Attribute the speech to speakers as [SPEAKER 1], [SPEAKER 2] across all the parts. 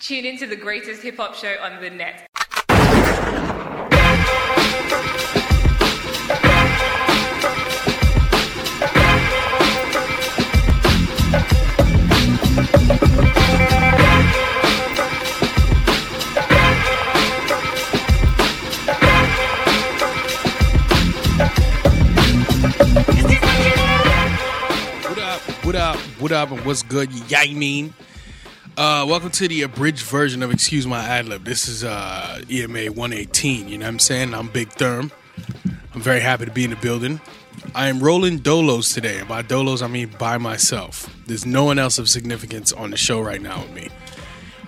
[SPEAKER 1] Tune into the greatest hip hop show on the net.
[SPEAKER 2] What up? What up? What up? And what's good? Yeah, I mean. Uh, welcome to the abridged version of Excuse My Ad Lib. This is uh, EMA 118. You know what I'm saying? I'm Big Therm. I'm very happy to be in the building. I am rolling dolos today. And by dolos, I mean by myself. There's no one else of significance on the show right now with me.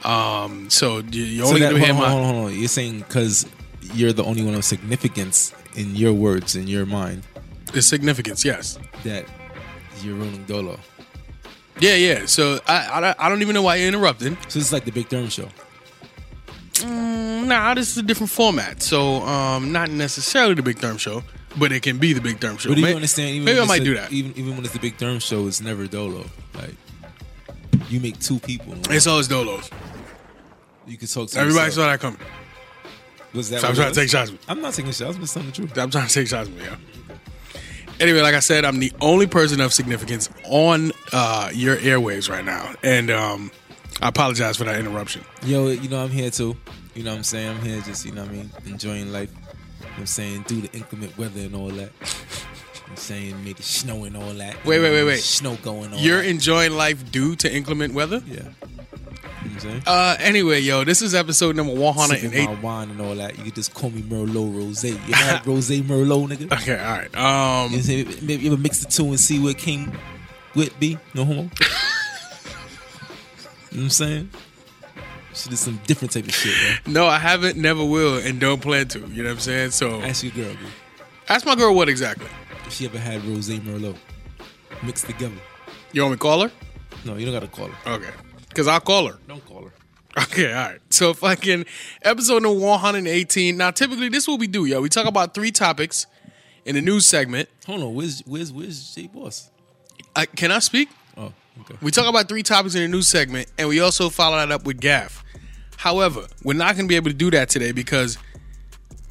[SPEAKER 2] Um, so you, you
[SPEAKER 3] So
[SPEAKER 2] only
[SPEAKER 3] that,
[SPEAKER 2] gonna hear
[SPEAKER 3] hold, on,
[SPEAKER 2] my.
[SPEAKER 3] hold on, hold on. You're saying because you're the only one of significance in your words, in your mind,
[SPEAKER 2] The significance, yes.
[SPEAKER 3] that you're ruling Dolo.
[SPEAKER 2] Yeah, yeah. So I, I, don't- I don't even know why you're interrupting.
[SPEAKER 3] So it's like the Big Therm show.
[SPEAKER 2] Mm, Nah, this is a different format. So, um, not necessarily the Big Therm Show, but it can be the Big Therm Show.
[SPEAKER 3] But do
[SPEAKER 2] May-
[SPEAKER 3] you understand? Even
[SPEAKER 2] maybe
[SPEAKER 3] when
[SPEAKER 2] I
[SPEAKER 3] it's
[SPEAKER 2] might
[SPEAKER 3] a-
[SPEAKER 2] do that.
[SPEAKER 3] Even even when it's the Big Therm show, it's never Dolo. Like you make two people.
[SPEAKER 2] It's always Dolos.
[SPEAKER 3] you can talk to
[SPEAKER 2] Everybody saw
[SPEAKER 3] yourself.
[SPEAKER 2] that coming.
[SPEAKER 3] Was that
[SPEAKER 2] So I'm
[SPEAKER 3] what it
[SPEAKER 2] trying to take
[SPEAKER 3] was?
[SPEAKER 2] shots.
[SPEAKER 3] I'm not taking shots. I'm just telling the truth.
[SPEAKER 2] I'm trying to take shots with me. Yeah. Anyway, like I said, I'm the only person of significance on uh, your airwaves right now, and um, I apologize for that interruption.
[SPEAKER 3] Yo, you know I'm here too. You know what I'm saying? I'm here just, you know what I mean, enjoying life. You know what I'm saying? Due to inclement weather and all that. You know what I'm saying make it snow and all that.
[SPEAKER 2] Wait, wait, wait, wait.
[SPEAKER 3] Snow going on.
[SPEAKER 2] You're enjoying life due to inclement weather.
[SPEAKER 3] Yeah. You know what I'm saying?
[SPEAKER 2] Uh, anyway, yo, this is episode number 108.
[SPEAKER 3] Sipping my wine and all that. You could just call me Merlot Rose. You know that Rosé Merlot, nigga? You know what
[SPEAKER 2] Okay, all right. Um,
[SPEAKER 3] I'm saying? Maybe you ever mix the two and see what came with be. No homo. you know what I'm saying? Shit is some different type of shit, man.
[SPEAKER 2] No, I haven't, never will, and don't plan to. You know what I'm saying? So
[SPEAKER 3] Ask your girl, bro,
[SPEAKER 2] ask my girl what exactly.
[SPEAKER 3] if she ever had Rosé Merlot mixed together.
[SPEAKER 2] You want me to call her?
[SPEAKER 3] No, you don't gotta call her.
[SPEAKER 2] Okay. Cause I'll call her.
[SPEAKER 3] Don't call her.
[SPEAKER 2] Okay, all right. So fucking episode number 118. Now typically this is what we do, yo. We talk about three topics in the news segment.
[SPEAKER 3] Hold on, where's where's where's J Boss?
[SPEAKER 2] I, can I speak?
[SPEAKER 3] Oh, okay.
[SPEAKER 2] We talk about three topics in the news segment, and we also follow that up with Gaff. However, we're not going to be able to do that today because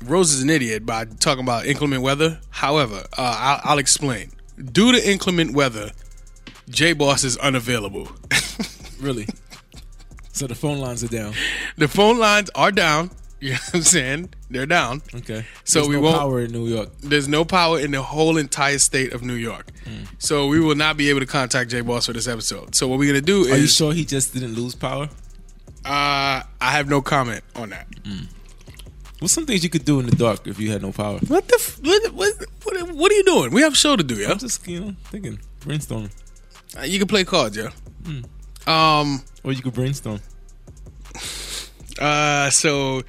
[SPEAKER 2] Rose is an idiot by talking about inclement weather. However, uh, I'll, I'll explain. Due to inclement weather, J Boss is unavailable.
[SPEAKER 3] Really? so the phone lines are down.
[SPEAKER 2] the phone lines are down. You know what I'm saying? They're down.
[SPEAKER 3] Okay.
[SPEAKER 2] So
[SPEAKER 3] There's
[SPEAKER 2] we
[SPEAKER 3] no
[SPEAKER 2] won't-
[SPEAKER 3] power in New York.
[SPEAKER 2] There's no power in the whole entire state of New York.
[SPEAKER 3] Hmm.
[SPEAKER 2] So we will not be able to contact J Boss for this episode. So what we're going to do
[SPEAKER 3] Are you
[SPEAKER 2] is.
[SPEAKER 3] sure he just didn't lose power?
[SPEAKER 2] Uh, I have no comment on that.
[SPEAKER 3] Hmm. What's some things you could do in the dark if you had no power?
[SPEAKER 2] What the f- what, what what what are you doing? We have a show to do, yo.
[SPEAKER 3] I'm just you know thinking, brainstorming,
[SPEAKER 2] Uh,
[SPEAKER 3] Hmm.
[SPEAKER 2] You can play cards, yo. Um.
[SPEAKER 3] or you could brainstorm.
[SPEAKER 2] Uh. So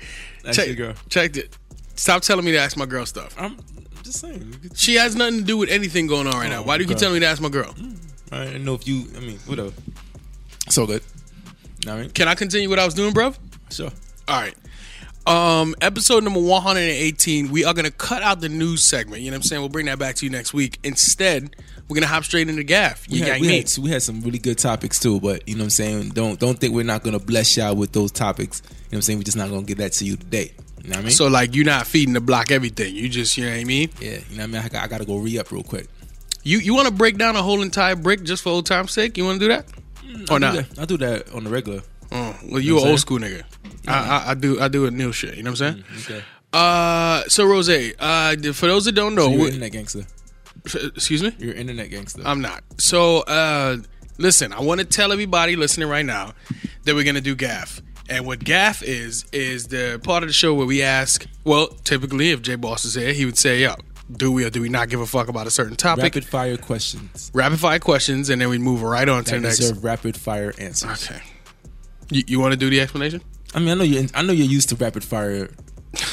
[SPEAKER 3] Ask
[SPEAKER 2] check
[SPEAKER 3] your girl.
[SPEAKER 2] check it. Stop telling me to ask my girl stuff.
[SPEAKER 3] I'm I'm just saying. You could,
[SPEAKER 2] She has nothing to do with anything going on right now.
[SPEAKER 3] Oh,
[SPEAKER 2] Why do you keep
[SPEAKER 3] okay.
[SPEAKER 2] telling
[SPEAKER 3] Hmm.
[SPEAKER 2] me to ask my girl?
[SPEAKER 3] I didn't know if you. I mean, whatever.
[SPEAKER 2] So good.
[SPEAKER 3] All right.
[SPEAKER 2] Can I continue what I was doing, bruv?
[SPEAKER 3] Sure.
[SPEAKER 2] All right. Um, episode number 118, we are going to cut out the news segment. You know what I'm saying? We'll bring that back to you next week. Instead, we're going to hop straight into Gaff.
[SPEAKER 3] We
[SPEAKER 2] You
[SPEAKER 3] had,
[SPEAKER 2] got
[SPEAKER 3] we,
[SPEAKER 2] me.
[SPEAKER 3] had, we had some really good topics too, but you know what I'm saying? Don't don't think we're not gonna bless y'all with those topics. You know what I'm saying? We're just not gonna get that to you today. You know what I mean?
[SPEAKER 2] So, like, you're not feeding the block everything. You just, you know what I mean?
[SPEAKER 3] yeah, you know what I mean? I, got- I gotta go re up real quick.
[SPEAKER 2] You you want to break down a whole entire brick just for old time's sake? You want to do that or
[SPEAKER 3] I
[SPEAKER 2] not?
[SPEAKER 3] do that- I do that on the regular.
[SPEAKER 2] Oh, well, you
[SPEAKER 3] what
[SPEAKER 2] an
[SPEAKER 3] I'm
[SPEAKER 2] old school nigga. I, I I do I do a new shit. You know what I'm saying?
[SPEAKER 3] Okay.
[SPEAKER 2] Uh, so Rose, uh, d- for those that don't know,
[SPEAKER 3] You're
[SPEAKER 2] we-
[SPEAKER 3] an internet gangster.
[SPEAKER 2] f- excuse me,
[SPEAKER 3] You're an internet gangster.
[SPEAKER 2] I'm not. So uh, listen, I want to tell everybody listening right now that we're gonna do gaff. And what gaff is is the part of the show where we ask. Well, typically, if J Boss is here, he would say, "Yo, do we or do we not give a fuck about a certain topic?"
[SPEAKER 3] rapid fire questions.
[SPEAKER 2] Rapid fire questions, and then we move right on to
[SPEAKER 3] That
[SPEAKER 2] the next.
[SPEAKER 3] deserve rapid fire answers.
[SPEAKER 2] Okay. You, you want to do the explanation?
[SPEAKER 3] I mean, I know you. are I know you're used to rapid fire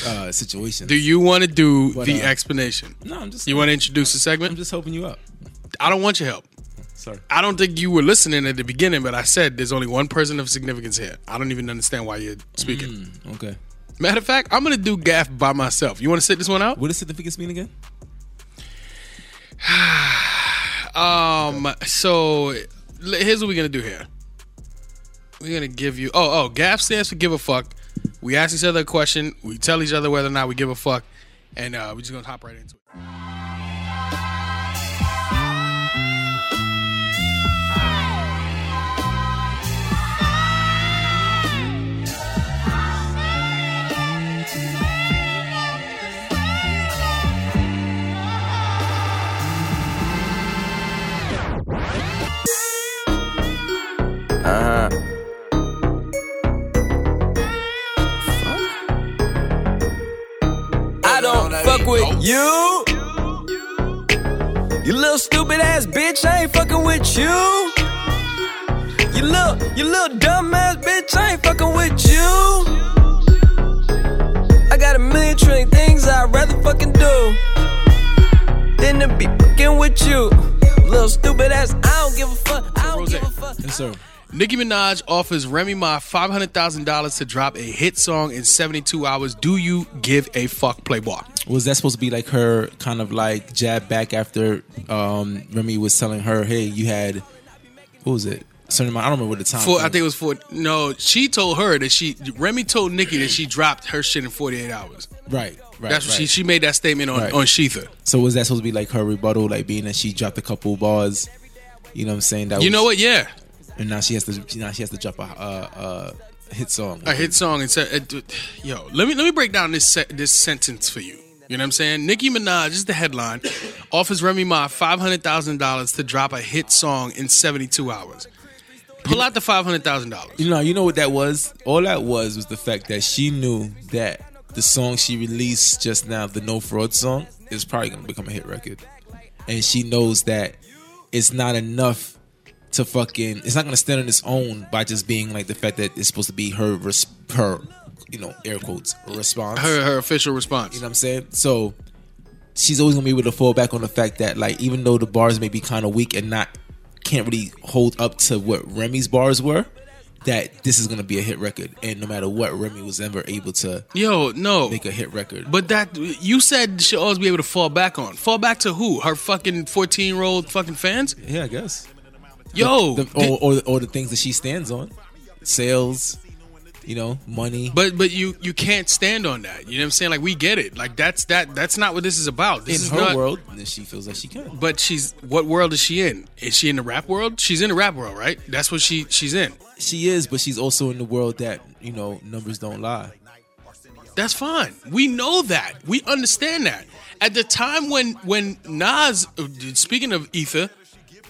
[SPEAKER 3] uh, situations.
[SPEAKER 2] Do you want to do
[SPEAKER 3] But,
[SPEAKER 2] the
[SPEAKER 3] uh,
[SPEAKER 2] explanation?
[SPEAKER 3] no, I'm just.
[SPEAKER 2] You want to introduce the
[SPEAKER 3] I'm
[SPEAKER 2] segment?
[SPEAKER 3] just helping you up.
[SPEAKER 2] I don't want your help.
[SPEAKER 3] Sorry.
[SPEAKER 2] I don't think you were listening at the beginning, but I said there's only one person of significance here. I don't even understand why you're speaking.
[SPEAKER 3] Mm. Okay.
[SPEAKER 2] Matter of fact, I'm going to do gaff by myself. You want to sit this one out?
[SPEAKER 3] What does significance mean again?
[SPEAKER 2] Um, so l- here's what we're going to do here. We're gonna give you. Oh, oh, Gav stands for give a fuck. We ask each other a question. We tell each other whether or not we give a fuck, and uh, we're just gonna hop right into it.
[SPEAKER 4] Uh huh. I don't fuck with you. You little stupid ass bitch, I ain't fucking with you. You little, you little dumb ass bitch, I ain't fucking with you. I got a million trillion things I'd rather fucking do than to be fucking with you. Little stupid ass, I don't give a fuck. I don't
[SPEAKER 2] Rosé.
[SPEAKER 4] give a fuck.
[SPEAKER 3] Yes, sir.
[SPEAKER 2] Nicki Minaj offers Remy Ma five hundred thousand dollars to drop a hit song in seventy two hours. Do you give a fuck, Playboy?
[SPEAKER 3] Was that supposed to be like her kind of like jab back after um, Remy was telling her, "Hey, you had what was it? Certain amount. I don't remember what the time.
[SPEAKER 2] For I think it was for no. She told her that she Remy told Nicki that she dropped her shit in forty eight hours.
[SPEAKER 3] right, right.
[SPEAKER 2] That's what
[SPEAKER 3] right.
[SPEAKER 2] she she made that statement on
[SPEAKER 3] Right.
[SPEAKER 2] on Sheetha.
[SPEAKER 3] So was that supposed to be like her rebuttal, like being that she dropped a couple bars? You know what I'm saying? That
[SPEAKER 2] You
[SPEAKER 3] was,
[SPEAKER 2] know what? Yeah,
[SPEAKER 3] And now she has to now she has to drop a uh, uh, hit song.
[SPEAKER 2] a hit song and said, uh, d- "Yo, let me let me break down this se- this sentence for you." You know what I'm saying? Nicki Minaj is the headline. Offers Remy Ma five hundred thousand dollars to drop a hit song in seventy two hours. Pull out the five hundred thousand dollars.
[SPEAKER 3] You know, you know what that was? All that was was the fact that she knew that the song she released just now, the No Fraud song, is probably gonna become a hit record, and she knows that it's not enough to fucking. It's not gonna stand on its own by just being like the fact that it's supposed to be her res- her, you know, air quotes response.
[SPEAKER 2] Her her official response.
[SPEAKER 3] You know what I'm saying? So she's always gonna be able to fall back on the fact that like even though the bars may be kind of weak and not can't really hold up to what Remy's bars were, that this is gonna be a hit record. And no matter what, Remy was ever able to
[SPEAKER 2] Yo, no.
[SPEAKER 3] make a hit record.
[SPEAKER 2] But that you said she'll always be able to fall back on. Fall back to who? Her fucking fourteen year old fucking fans?
[SPEAKER 3] yeah, I guess.
[SPEAKER 2] Yo,
[SPEAKER 3] The, oh.
[SPEAKER 2] di-
[SPEAKER 3] or, or or the things that she stands on, sales, you know, money.
[SPEAKER 2] But but you you can't stand on that. You know what I'm saying? Like we get it. Like that's that that's not what this is about. This
[SPEAKER 3] in
[SPEAKER 2] is
[SPEAKER 3] her
[SPEAKER 2] not,
[SPEAKER 3] world, then she feels like she can.
[SPEAKER 2] But she's what world is she in? Is she in the rap world? She's in the rap world, right? That's what she she's in.
[SPEAKER 3] She is, but she's also in the world that you know numbers don't lie.
[SPEAKER 2] That's fine. We know that. We understand that. At the time when when Nas, uh, speaking of Ether,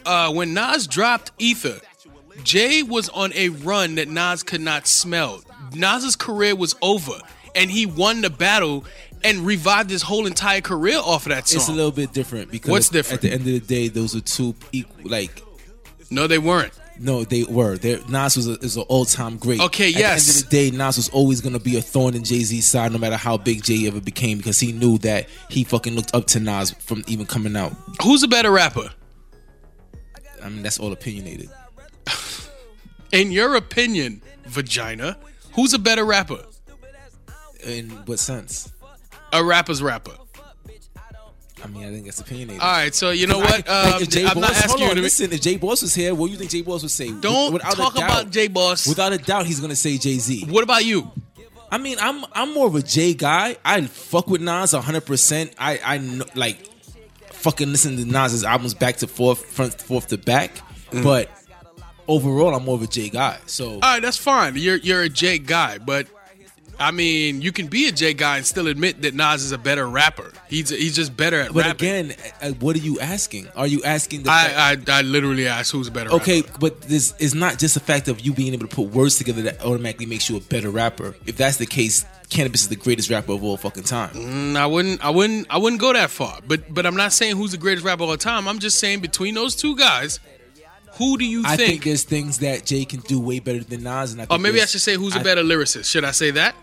[SPEAKER 2] uh, when Nas dropped Ether, Jay was on a run that Nas could not smell. Nas's career was over, and he won the battle and revived his whole entire career off of that song.
[SPEAKER 3] It's a little bit different because
[SPEAKER 2] What's different?
[SPEAKER 3] at the end of the day, those are two equal. Like
[SPEAKER 2] no, they weren't.
[SPEAKER 3] no, they were. They're, Nas was a, is an all time great.
[SPEAKER 2] Okay,
[SPEAKER 3] At
[SPEAKER 2] yes.
[SPEAKER 3] the end of the day, Nas was always gonna be a thorn in Jay Z's side, no matter how big Jay ever became, because he knew that he fucking looked up to Nas from even coming out.
[SPEAKER 2] Who's a better rapper?
[SPEAKER 3] I mean, that's all opinionated.
[SPEAKER 2] In your opinion, vagina, who's a better rapper?
[SPEAKER 3] In what sense?
[SPEAKER 2] A rapper's rapper.
[SPEAKER 3] I mean, I think that's opinionated.
[SPEAKER 2] All right, so you know Uh, what?
[SPEAKER 3] Like,
[SPEAKER 2] Um,
[SPEAKER 3] if Jay
[SPEAKER 2] I'm not
[SPEAKER 3] Boss- hold
[SPEAKER 2] asking you
[SPEAKER 3] on,
[SPEAKER 2] to be-
[SPEAKER 3] listen. If Jay Boss was here, what do you think Jay Boss would say?
[SPEAKER 2] Don't
[SPEAKER 3] Without a
[SPEAKER 2] talk
[SPEAKER 3] doubt-
[SPEAKER 2] about J Boss.
[SPEAKER 3] Without a doubt, he's gonna say Jay Z.
[SPEAKER 2] What about you?
[SPEAKER 3] I mean, I'm I'm more of a Jay guy. I fuck with Nas 100. percent I I kn- like fucking listen to Nas's albums back to forth, front forth to back.
[SPEAKER 2] Mm.
[SPEAKER 3] But overall, I'm more of a Jay guy. So
[SPEAKER 2] All right, that's fine. You're you're a J guy, but I mean, you can be a J guy and still admit that Nas is a better rapper. He's he's just better at
[SPEAKER 3] but
[SPEAKER 2] rapping.
[SPEAKER 3] again, uh, what are you asking? Are you asking the fact-
[SPEAKER 2] I, I I literally asked who's a better.
[SPEAKER 3] Okay,
[SPEAKER 2] rapper.
[SPEAKER 3] but this is not just the fact of you being able to put words together that automatically makes you a better rapper. If that's the case, cannabis is the greatest rapper of all fucking time.
[SPEAKER 2] Mm, I wouldn't I wouldn't I wouldn't go that far. But but I'm not saying who's the greatest rapper of all time. I'm just saying between those two guys, who do you
[SPEAKER 3] I think,
[SPEAKER 2] think?
[SPEAKER 3] there's things that Jay can do way better than Nas, and I
[SPEAKER 2] or
[SPEAKER 3] think
[SPEAKER 2] maybe I
[SPEAKER 3] there's-
[SPEAKER 2] should say who's a
[SPEAKER 3] I-
[SPEAKER 2] better lyricist. Should I say that?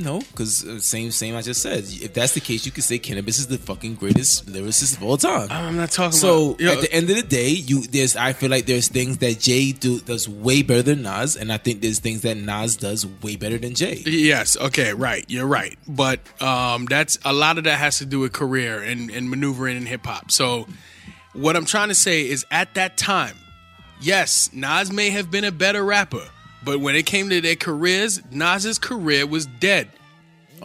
[SPEAKER 3] No, because same same I just said. If that's the case, you could say cannabis is the fucking greatest lyricist of all time.
[SPEAKER 2] I'm not talking
[SPEAKER 3] So
[SPEAKER 2] about. uh, Yo,
[SPEAKER 3] at the end of the day, you there's I feel like there's things that Jay do does way better than Nas, and I think there's things that Nas does way better than Jay.
[SPEAKER 2] Yes. Okay. Right. You're right. But um, that's a lot of that has to do with career and, and maneuvering in hip hop. So what I'm trying to say is, at that time, yes, Nas may have been a better rapper, But when it came to their careers, Nas's career was dead.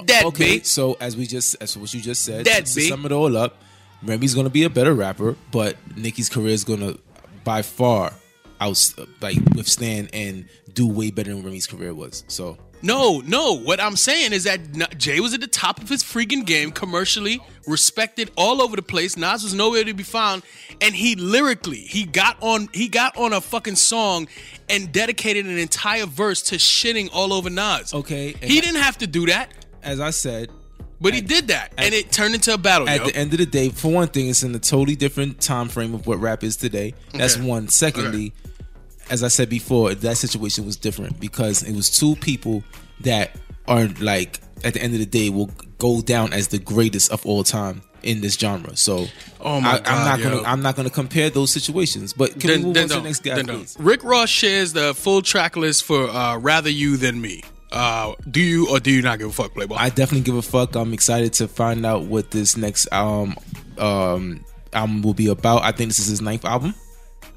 [SPEAKER 2] Dead,
[SPEAKER 3] okay,
[SPEAKER 2] B.
[SPEAKER 3] so as we just as what you just said,
[SPEAKER 2] Dead,
[SPEAKER 3] to
[SPEAKER 2] B.
[SPEAKER 3] sum it all up, Remy's gonna be a better rapper, but Nicki's career is gonna by far out like withstand and do way better than Remy's career was. So
[SPEAKER 2] No, no. What I'm saying is that Na- Jay was at the top of his freaking game, commercially respected all over the place. Nas was nowhere to be found, and he lyrically he got on he got on a fucking song and dedicated an entire verse to shitting all over Nas.
[SPEAKER 3] Okay, and
[SPEAKER 2] he
[SPEAKER 3] I-
[SPEAKER 2] didn't have to do that,
[SPEAKER 3] as I said,
[SPEAKER 2] but he did that, and it turned into a battle.
[SPEAKER 3] at
[SPEAKER 2] yo.
[SPEAKER 3] the end of the day, for one thing, it's in a totally different time frame of what rap is today. That's
[SPEAKER 2] Okay.
[SPEAKER 3] one. Secondly, as I said before, that situation was different because it was two people that are like at the end of the day will go down as the greatest of all time in this genre. So
[SPEAKER 2] Oh my
[SPEAKER 3] I,
[SPEAKER 2] God,
[SPEAKER 3] am not
[SPEAKER 2] yo.
[SPEAKER 3] gonna I'm not gonna compare those situations. But can we move on to the
[SPEAKER 2] don't.
[SPEAKER 3] next guy,
[SPEAKER 2] Then don't.
[SPEAKER 3] please?
[SPEAKER 2] Rick Ross shares the full track list for uh, "Rather You Than Me." Uh, do you or do you not give a fuck, Playboy?
[SPEAKER 3] I definitely give a fuck. I'm excited to find out what this next um um album will be about. I think this is his ninth album.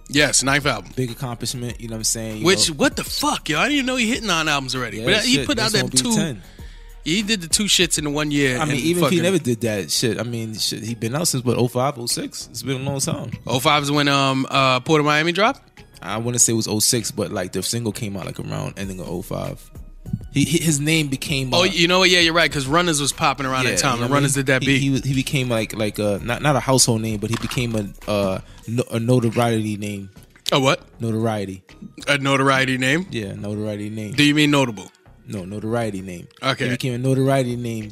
[SPEAKER 2] yes, ninth album.
[SPEAKER 3] Big accomplishment, you know what I'm saying? You
[SPEAKER 2] Which
[SPEAKER 3] know-
[SPEAKER 2] what the fuck, yo? I didn't even know he hit nine albums already. but he
[SPEAKER 3] shit,
[SPEAKER 2] put out
[SPEAKER 3] that's
[SPEAKER 2] that two.
[SPEAKER 3] gonna be 10.
[SPEAKER 2] He did the two shits in one year.
[SPEAKER 3] I mean,
[SPEAKER 2] and
[SPEAKER 3] even if he
[SPEAKER 2] fucking-
[SPEAKER 3] never did that shit, I mean, shit, he been out since what 05, 06? It's been a long time.
[SPEAKER 2] 05 is when um uh Port of Miami dropped.
[SPEAKER 3] I want to say it was 06, but like the single came out like around ending of 05. He, he- his name became.
[SPEAKER 2] Oh,
[SPEAKER 3] uh,
[SPEAKER 2] you know what? Yeah, you're right. Because Runners was popping around
[SPEAKER 3] yeah,
[SPEAKER 2] that time.
[SPEAKER 3] you know
[SPEAKER 2] And
[SPEAKER 3] what I
[SPEAKER 2] Runners
[SPEAKER 3] mean?
[SPEAKER 2] did that
[SPEAKER 3] He-
[SPEAKER 2] beat.
[SPEAKER 3] He, was- he became like like a not not a household name, but he became a uh, no, a notoriety name.
[SPEAKER 2] a Oh, what?
[SPEAKER 3] Notoriety,
[SPEAKER 2] A notoriety name?
[SPEAKER 3] yeah, notoriety name.
[SPEAKER 2] Do you mean notable?
[SPEAKER 3] no, notoriety name.
[SPEAKER 2] Okay.
[SPEAKER 3] he became a notoriety name.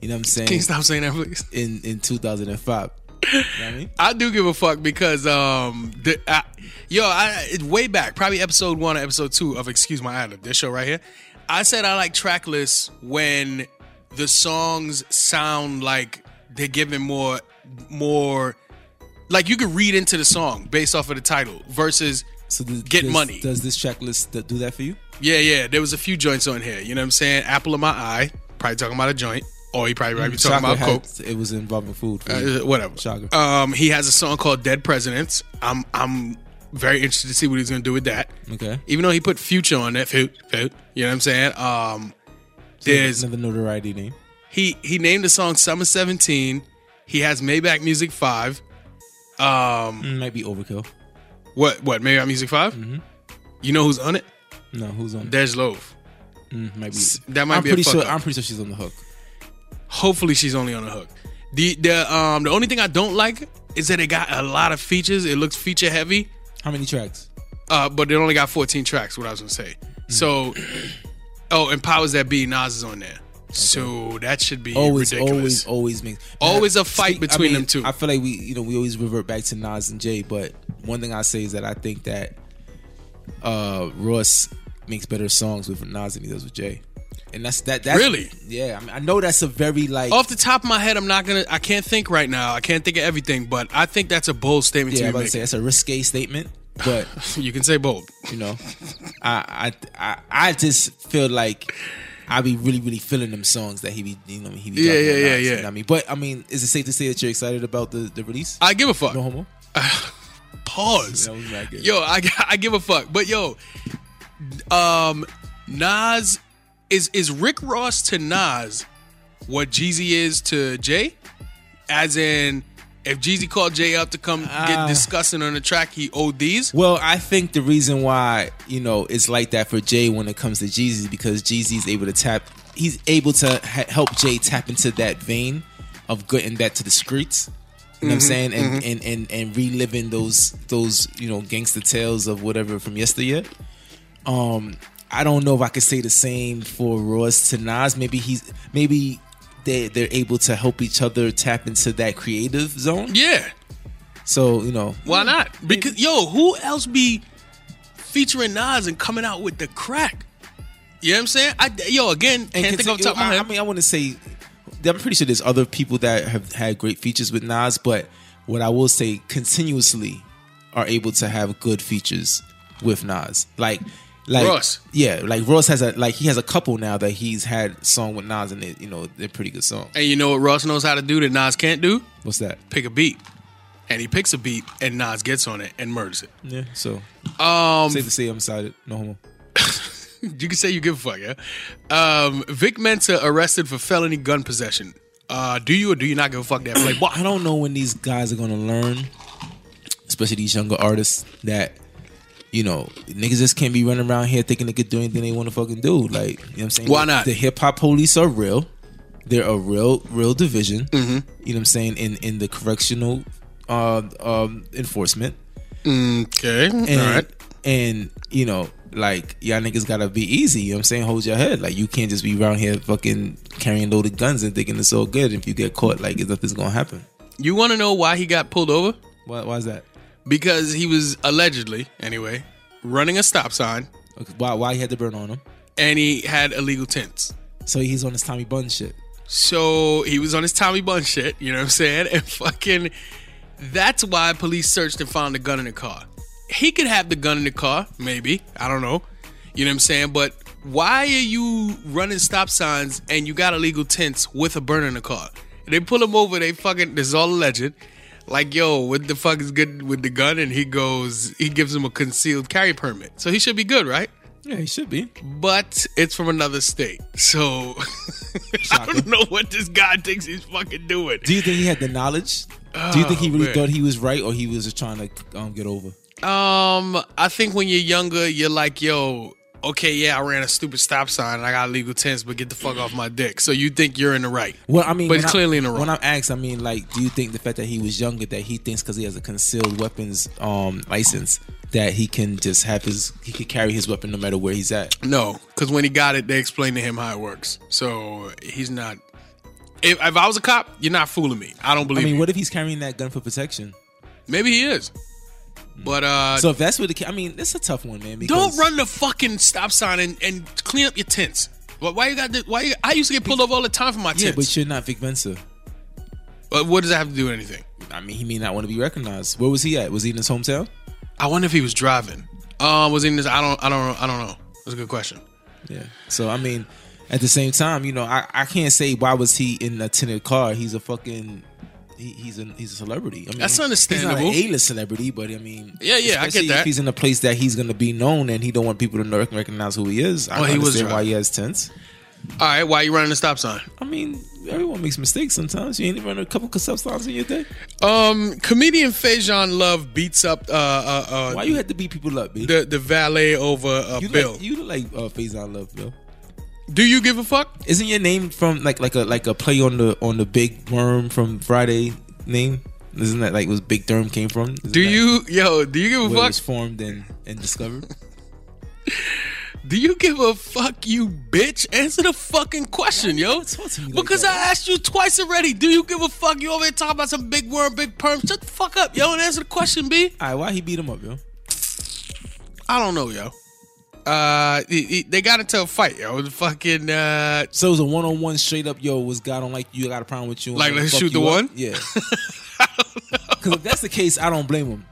[SPEAKER 3] You know what I'm saying?
[SPEAKER 2] Can you stop saying that, please?
[SPEAKER 3] In in 2005. You know what I mean?
[SPEAKER 2] I do give a fuck because um, the, I, yo, I it- way back, probably episode one or episode two of excuse my ad lib, this show right here. I said I like track lists when the songs sound like they're giving more, more, like you could read into the song based off of the title versus
[SPEAKER 3] So does,
[SPEAKER 2] Get
[SPEAKER 3] does-
[SPEAKER 2] money.
[SPEAKER 3] Does this checklist th- do that for you?
[SPEAKER 2] yeah, yeah. There was a few joints on here. You know what I'm saying? Apple in my eye, probably talking about a joint, or he probably might be talking
[SPEAKER 3] Shocker
[SPEAKER 2] about coke.
[SPEAKER 3] had- It was involving food. For you.
[SPEAKER 2] Uh, whatever.
[SPEAKER 3] Shocker.
[SPEAKER 2] Um, he has a song called "Dead Presidents." I'm I'm very interested to see what he's gonna do with that.
[SPEAKER 3] okay.
[SPEAKER 2] Even though he put Future on that, Fu- Fu- you know what I'm saying? Um, there's
[SPEAKER 3] another notoriety name.
[SPEAKER 2] he he named the song "Summer 17." He has Maybach Music Five. Um,
[SPEAKER 3] Mm, Might be overkill.
[SPEAKER 2] what what Maybach Music 5 You know who's on it?
[SPEAKER 3] No, who's on?
[SPEAKER 2] There's Loaf.
[SPEAKER 3] Mm, might be.
[SPEAKER 2] that might
[SPEAKER 3] I'm
[SPEAKER 2] be a
[SPEAKER 3] pretty
[SPEAKER 2] fuck
[SPEAKER 3] sure.
[SPEAKER 2] up.
[SPEAKER 3] I'm pretty sure she's on the hook.
[SPEAKER 2] Hopefully, she's only on the hook. The the um the only thing I don't like is that it got a lot of features. It looks feature heavy.
[SPEAKER 3] How many tracks?
[SPEAKER 2] uh, but it only got 14 tracks. What I was gonna say. So, oh, and powers that be, Nas is on there. So that should be
[SPEAKER 3] Always,
[SPEAKER 2] ridiculous.
[SPEAKER 3] always, always makes.
[SPEAKER 2] Always a fight
[SPEAKER 3] I
[SPEAKER 2] between
[SPEAKER 3] mean,
[SPEAKER 2] them two.
[SPEAKER 3] I feel like we, you know, we always revert back to Nas and Jay. But one thing I say is that I think that uh Ross makes better songs with Nas than he does with Jay. And that's that. That's,
[SPEAKER 2] Really?
[SPEAKER 3] Yeah. I, mean, I know that's a very like.
[SPEAKER 2] Off the top of my head, I'm not gonna. I can't think right now. I can't think of everything, but I think that's a bold statement
[SPEAKER 3] yeah, I'm
[SPEAKER 2] to
[SPEAKER 3] about
[SPEAKER 2] be
[SPEAKER 3] to say
[SPEAKER 2] making.
[SPEAKER 3] that's a risque statement, but
[SPEAKER 2] you can say bold.
[SPEAKER 3] you know, I, I I I just feel like I be really really feeling them songs that he be you know he be
[SPEAKER 2] Yeah,
[SPEAKER 3] dropping
[SPEAKER 2] yeah,
[SPEAKER 3] on
[SPEAKER 2] yeah,
[SPEAKER 3] Nas, you
[SPEAKER 2] yeah.
[SPEAKER 3] know what I mean, but I mean, is it safe to say that you're excited about the the release?
[SPEAKER 2] I give a fuck.
[SPEAKER 3] no homo.
[SPEAKER 2] Pause.
[SPEAKER 3] That was not good.
[SPEAKER 2] Yo, I I give a fuck. But yo, um, Nas is is Rick Ross to Nas what Jeezy is to Jay? As in, if Jeezy called Jay up to come get
[SPEAKER 3] Ah.
[SPEAKER 2] discussing on the track, he owed these.
[SPEAKER 3] Well, I think the reason why you know it's like that for Jay when it comes to Jeezy because Jeezy's able to tap, he's able to ha- help Jay tap into that vein of getting back to the streets. You know what I'm saying, and, and and and reliving those those you know gangster tales of whatever from yesteryear. Um, I don't know if I could say the same for Ross to Nas. Maybe he's maybe they they're able to help each other tap into that creative zone.
[SPEAKER 2] Yeah,
[SPEAKER 3] So you know,
[SPEAKER 2] why not? Because yo, who else be featuring Nas and coming out with the crack? You know what I'm saying? I, yo, again,
[SPEAKER 3] and
[SPEAKER 2] can't think off the
[SPEAKER 3] continue-
[SPEAKER 2] top of my
[SPEAKER 3] I,
[SPEAKER 2] head.
[SPEAKER 3] I mean, I want to say, I'm pretty sure there's other people that have had great features with Nas, but what I will say, continuously are able to have good features with Nas. Like, like
[SPEAKER 2] Ross.
[SPEAKER 3] yeah, like Ross has a like he has a couple now that he's had song with Nas, and they, you know they're pretty good songs.
[SPEAKER 2] and you know what Ross knows how to do that Nas can't do?
[SPEAKER 3] What's that?
[SPEAKER 2] pick a beat. And he picks a beat and Nas gets on it and murders it.
[SPEAKER 3] Yeah, so
[SPEAKER 2] Um
[SPEAKER 3] safe to say I'm excited. No homo.
[SPEAKER 2] you can say you give a fuck, yeah? Um, Vic Mensa arrested for felony gun possession. Uh, do you or do you not give a fuck that play?
[SPEAKER 3] I don't know when these guys are gonna learn, especially these younger artists, that you know niggas just can't be running around here thinking they could do anything they want to fucking do. Like, you know what I'm saying?
[SPEAKER 2] Why not?
[SPEAKER 3] The hip hop police are real. They're a real, real division.
[SPEAKER 2] Mm-hmm.
[SPEAKER 3] You know what I'm saying? In in the correctional uh, um, enforcement,
[SPEAKER 2] Okay,
[SPEAKER 3] and
[SPEAKER 2] all right.
[SPEAKER 3] and you know, like y'all niggas gotta be easy. You know what I'm saying? Hold your head. Like you can't just be around here fucking carrying loaded guns and thinking it's all good. If you get caught, like nothing's gonna happen.
[SPEAKER 2] You want to know why he got pulled over?
[SPEAKER 3] Why, why is that?
[SPEAKER 2] Because he was allegedly, anyway, running a stop sign
[SPEAKER 3] Okay, Why why he had to burn on him?
[SPEAKER 2] and he had illegal tints.
[SPEAKER 3] So he's on his Tommy Bun shit.
[SPEAKER 2] So he was on his Tommy Bun shit, you know what I'm saying? And fucking, that's why police searched and found the gun in the car. He could have the gun in the car, maybe. I don't know. You know what I'm saying? But why are you running stop signs and you got illegal tints with a burn in the car? They pull him over, they fucking, this is all alleged. Like, yo, what the fuck is good with the gun? And he goes, he gives him a concealed carry permit. So he should be good, right?
[SPEAKER 3] Yeah, he should be.
[SPEAKER 2] but it's from another state. So I don't know what this guy thinks he's fucking doing.
[SPEAKER 3] Do you think he had the knowledge? Do you think he
[SPEAKER 2] Oh,
[SPEAKER 3] really
[SPEAKER 2] man.
[SPEAKER 3] thought he was right, or he was just trying to um, get over?
[SPEAKER 2] Um, I think when you're younger, you're like, yo, okay, yeah, I ran a stupid stop sign and I got legal tints, but get the fuck off my dick. So you think you're in the right.
[SPEAKER 3] Well, I mean,
[SPEAKER 2] But
[SPEAKER 3] when
[SPEAKER 2] he's
[SPEAKER 3] I-
[SPEAKER 2] clearly in the wrong.
[SPEAKER 3] When I'm asked, I mean, like, do you think the fact that he was younger that he thinks because he has a concealed weapons um license that he can just have his he could carry his weapon no matter where he's at?
[SPEAKER 2] No, because when he got it, they explained to him how it works. So he's not. If, if I was a cop, you're not fooling me. I don't
[SPEAKER 3] I
[SPEAKER 2] believe
[SPEAKER 3] mean,
[SPEAKER 2] you.
[SPEAKER 3] what if he's carrying that gun for protection?
[SPEAKER 2] Maybe he is. But uh,
[SPEAKER 3] So if that's what the ca- I mean, it's a tough one, man.
[SPEAKER 2] Don't
[SPEAKER 3] because-
[SPEAKER 2] run the fucking stop sign and, and clean up your tents. Why- Why you got this? Why you, I used to get pulled over all the time for my
[SPEAKER 3] Yeah,
[SPEAKER 2] tents.
[SPEAKER 3] but you're not Vic Mensa.
[SPEAKER 2] but what does that have to do with anything?
[SPEAKER 3] I mean, he may not want to be recognized. Where was he at? Was he in his hometown?
[SPEAKER 2] I wonder if he was driving. Um, was he in this? I don't. I don't. I don't know. That's a good question.
[SPEAKER 3] Yeah. So I mean, at the same time, you know, I, I can't say why was he in a tinted car. He's a fucking he, he's a he's a celebrity. I mean,
[SPEAKER 2] That's understandable.
[SPEAKER 3] He's not an A-list celebrity, but I mean,
[SPEAKER 2] Yeah, yeah, I get
[SPEAKER 3] especially
[SPEAKER 2] that.
[SPEAKER 3] If he's in a place that he's gonna be known and he don't want people to know, recognize who he is. I
[SPEAKER 2] Well,
[SPEAKER 3] don't
[SPEAKER 2] he was
[SPEAKER 3] understand why
[SPEAKER 2] driving.
[SPEAKER 3] he has tents.
[SPEAKER 2] All right. Why you running the stop sign?
[SPEAKER 3] I mean, everyone makes mistakes sometimes. You ain't even run a couple stop signs in your day.
[SPEAKER 2] Um, comedian Fajon Love beats up uh uh, uh
[SPEAKER 3] Why you had to beat people up, B?
[SPEAKER 2] the the valet over uh,
[SPEAKER 3] you
[SPEAKER 2] Bill.
[SPEAKER 3] Look, you look like uh, Faison Love, Bill.
[SPEAKER 2] do you give a fuck?
[SPEAKER 3] Isn't your name from like like a like a play on the on the big worm from Friday name? Isn't that like was Big Derm came from? Isn't
[SPEAKER 2] Do
[SPEAKER 3] that
[SPEAKER 2] you yo? Do you give a
[SPEAKER 3] where it
[SPEAKER 2] fuck?
[SPEAKER 3] was formed and and discovered?
[SPEAKER 2] Do you give a fuck, you bitch? Answer the fucking question, yo.
[SPEAKER 3] talk to me like
[SPEAKER 2] Because
[SPEAKER 3] that?
[SPEAKER 2] I asked you twice already. Do you give a fuck? You over here talking about some big worm, big perm. Shut the fuck up, yo, and answer the question, B.
[SPEAKER 3] All right, why he beat him up, yo?
[SPEAKER 2] I don't know, yo. Uh, he- he- they got into a fight, yo. The fucking uh,
[SPEAKER 3] So it was a one on one straight up, yo. Was God on like you? I got a problem with you? I'm
[SPEAKER 2] Like,
[SPEAKER 3] gonna
[SPEAKER 2] let's
[SPEAKER 3] fuck
[SPEAKER 2] shoot the
[SPEAKER 3] you up.
[SPEAKER 2] one?
[SPEAKER 3] Yeah. Because if that's the case, I don't blame him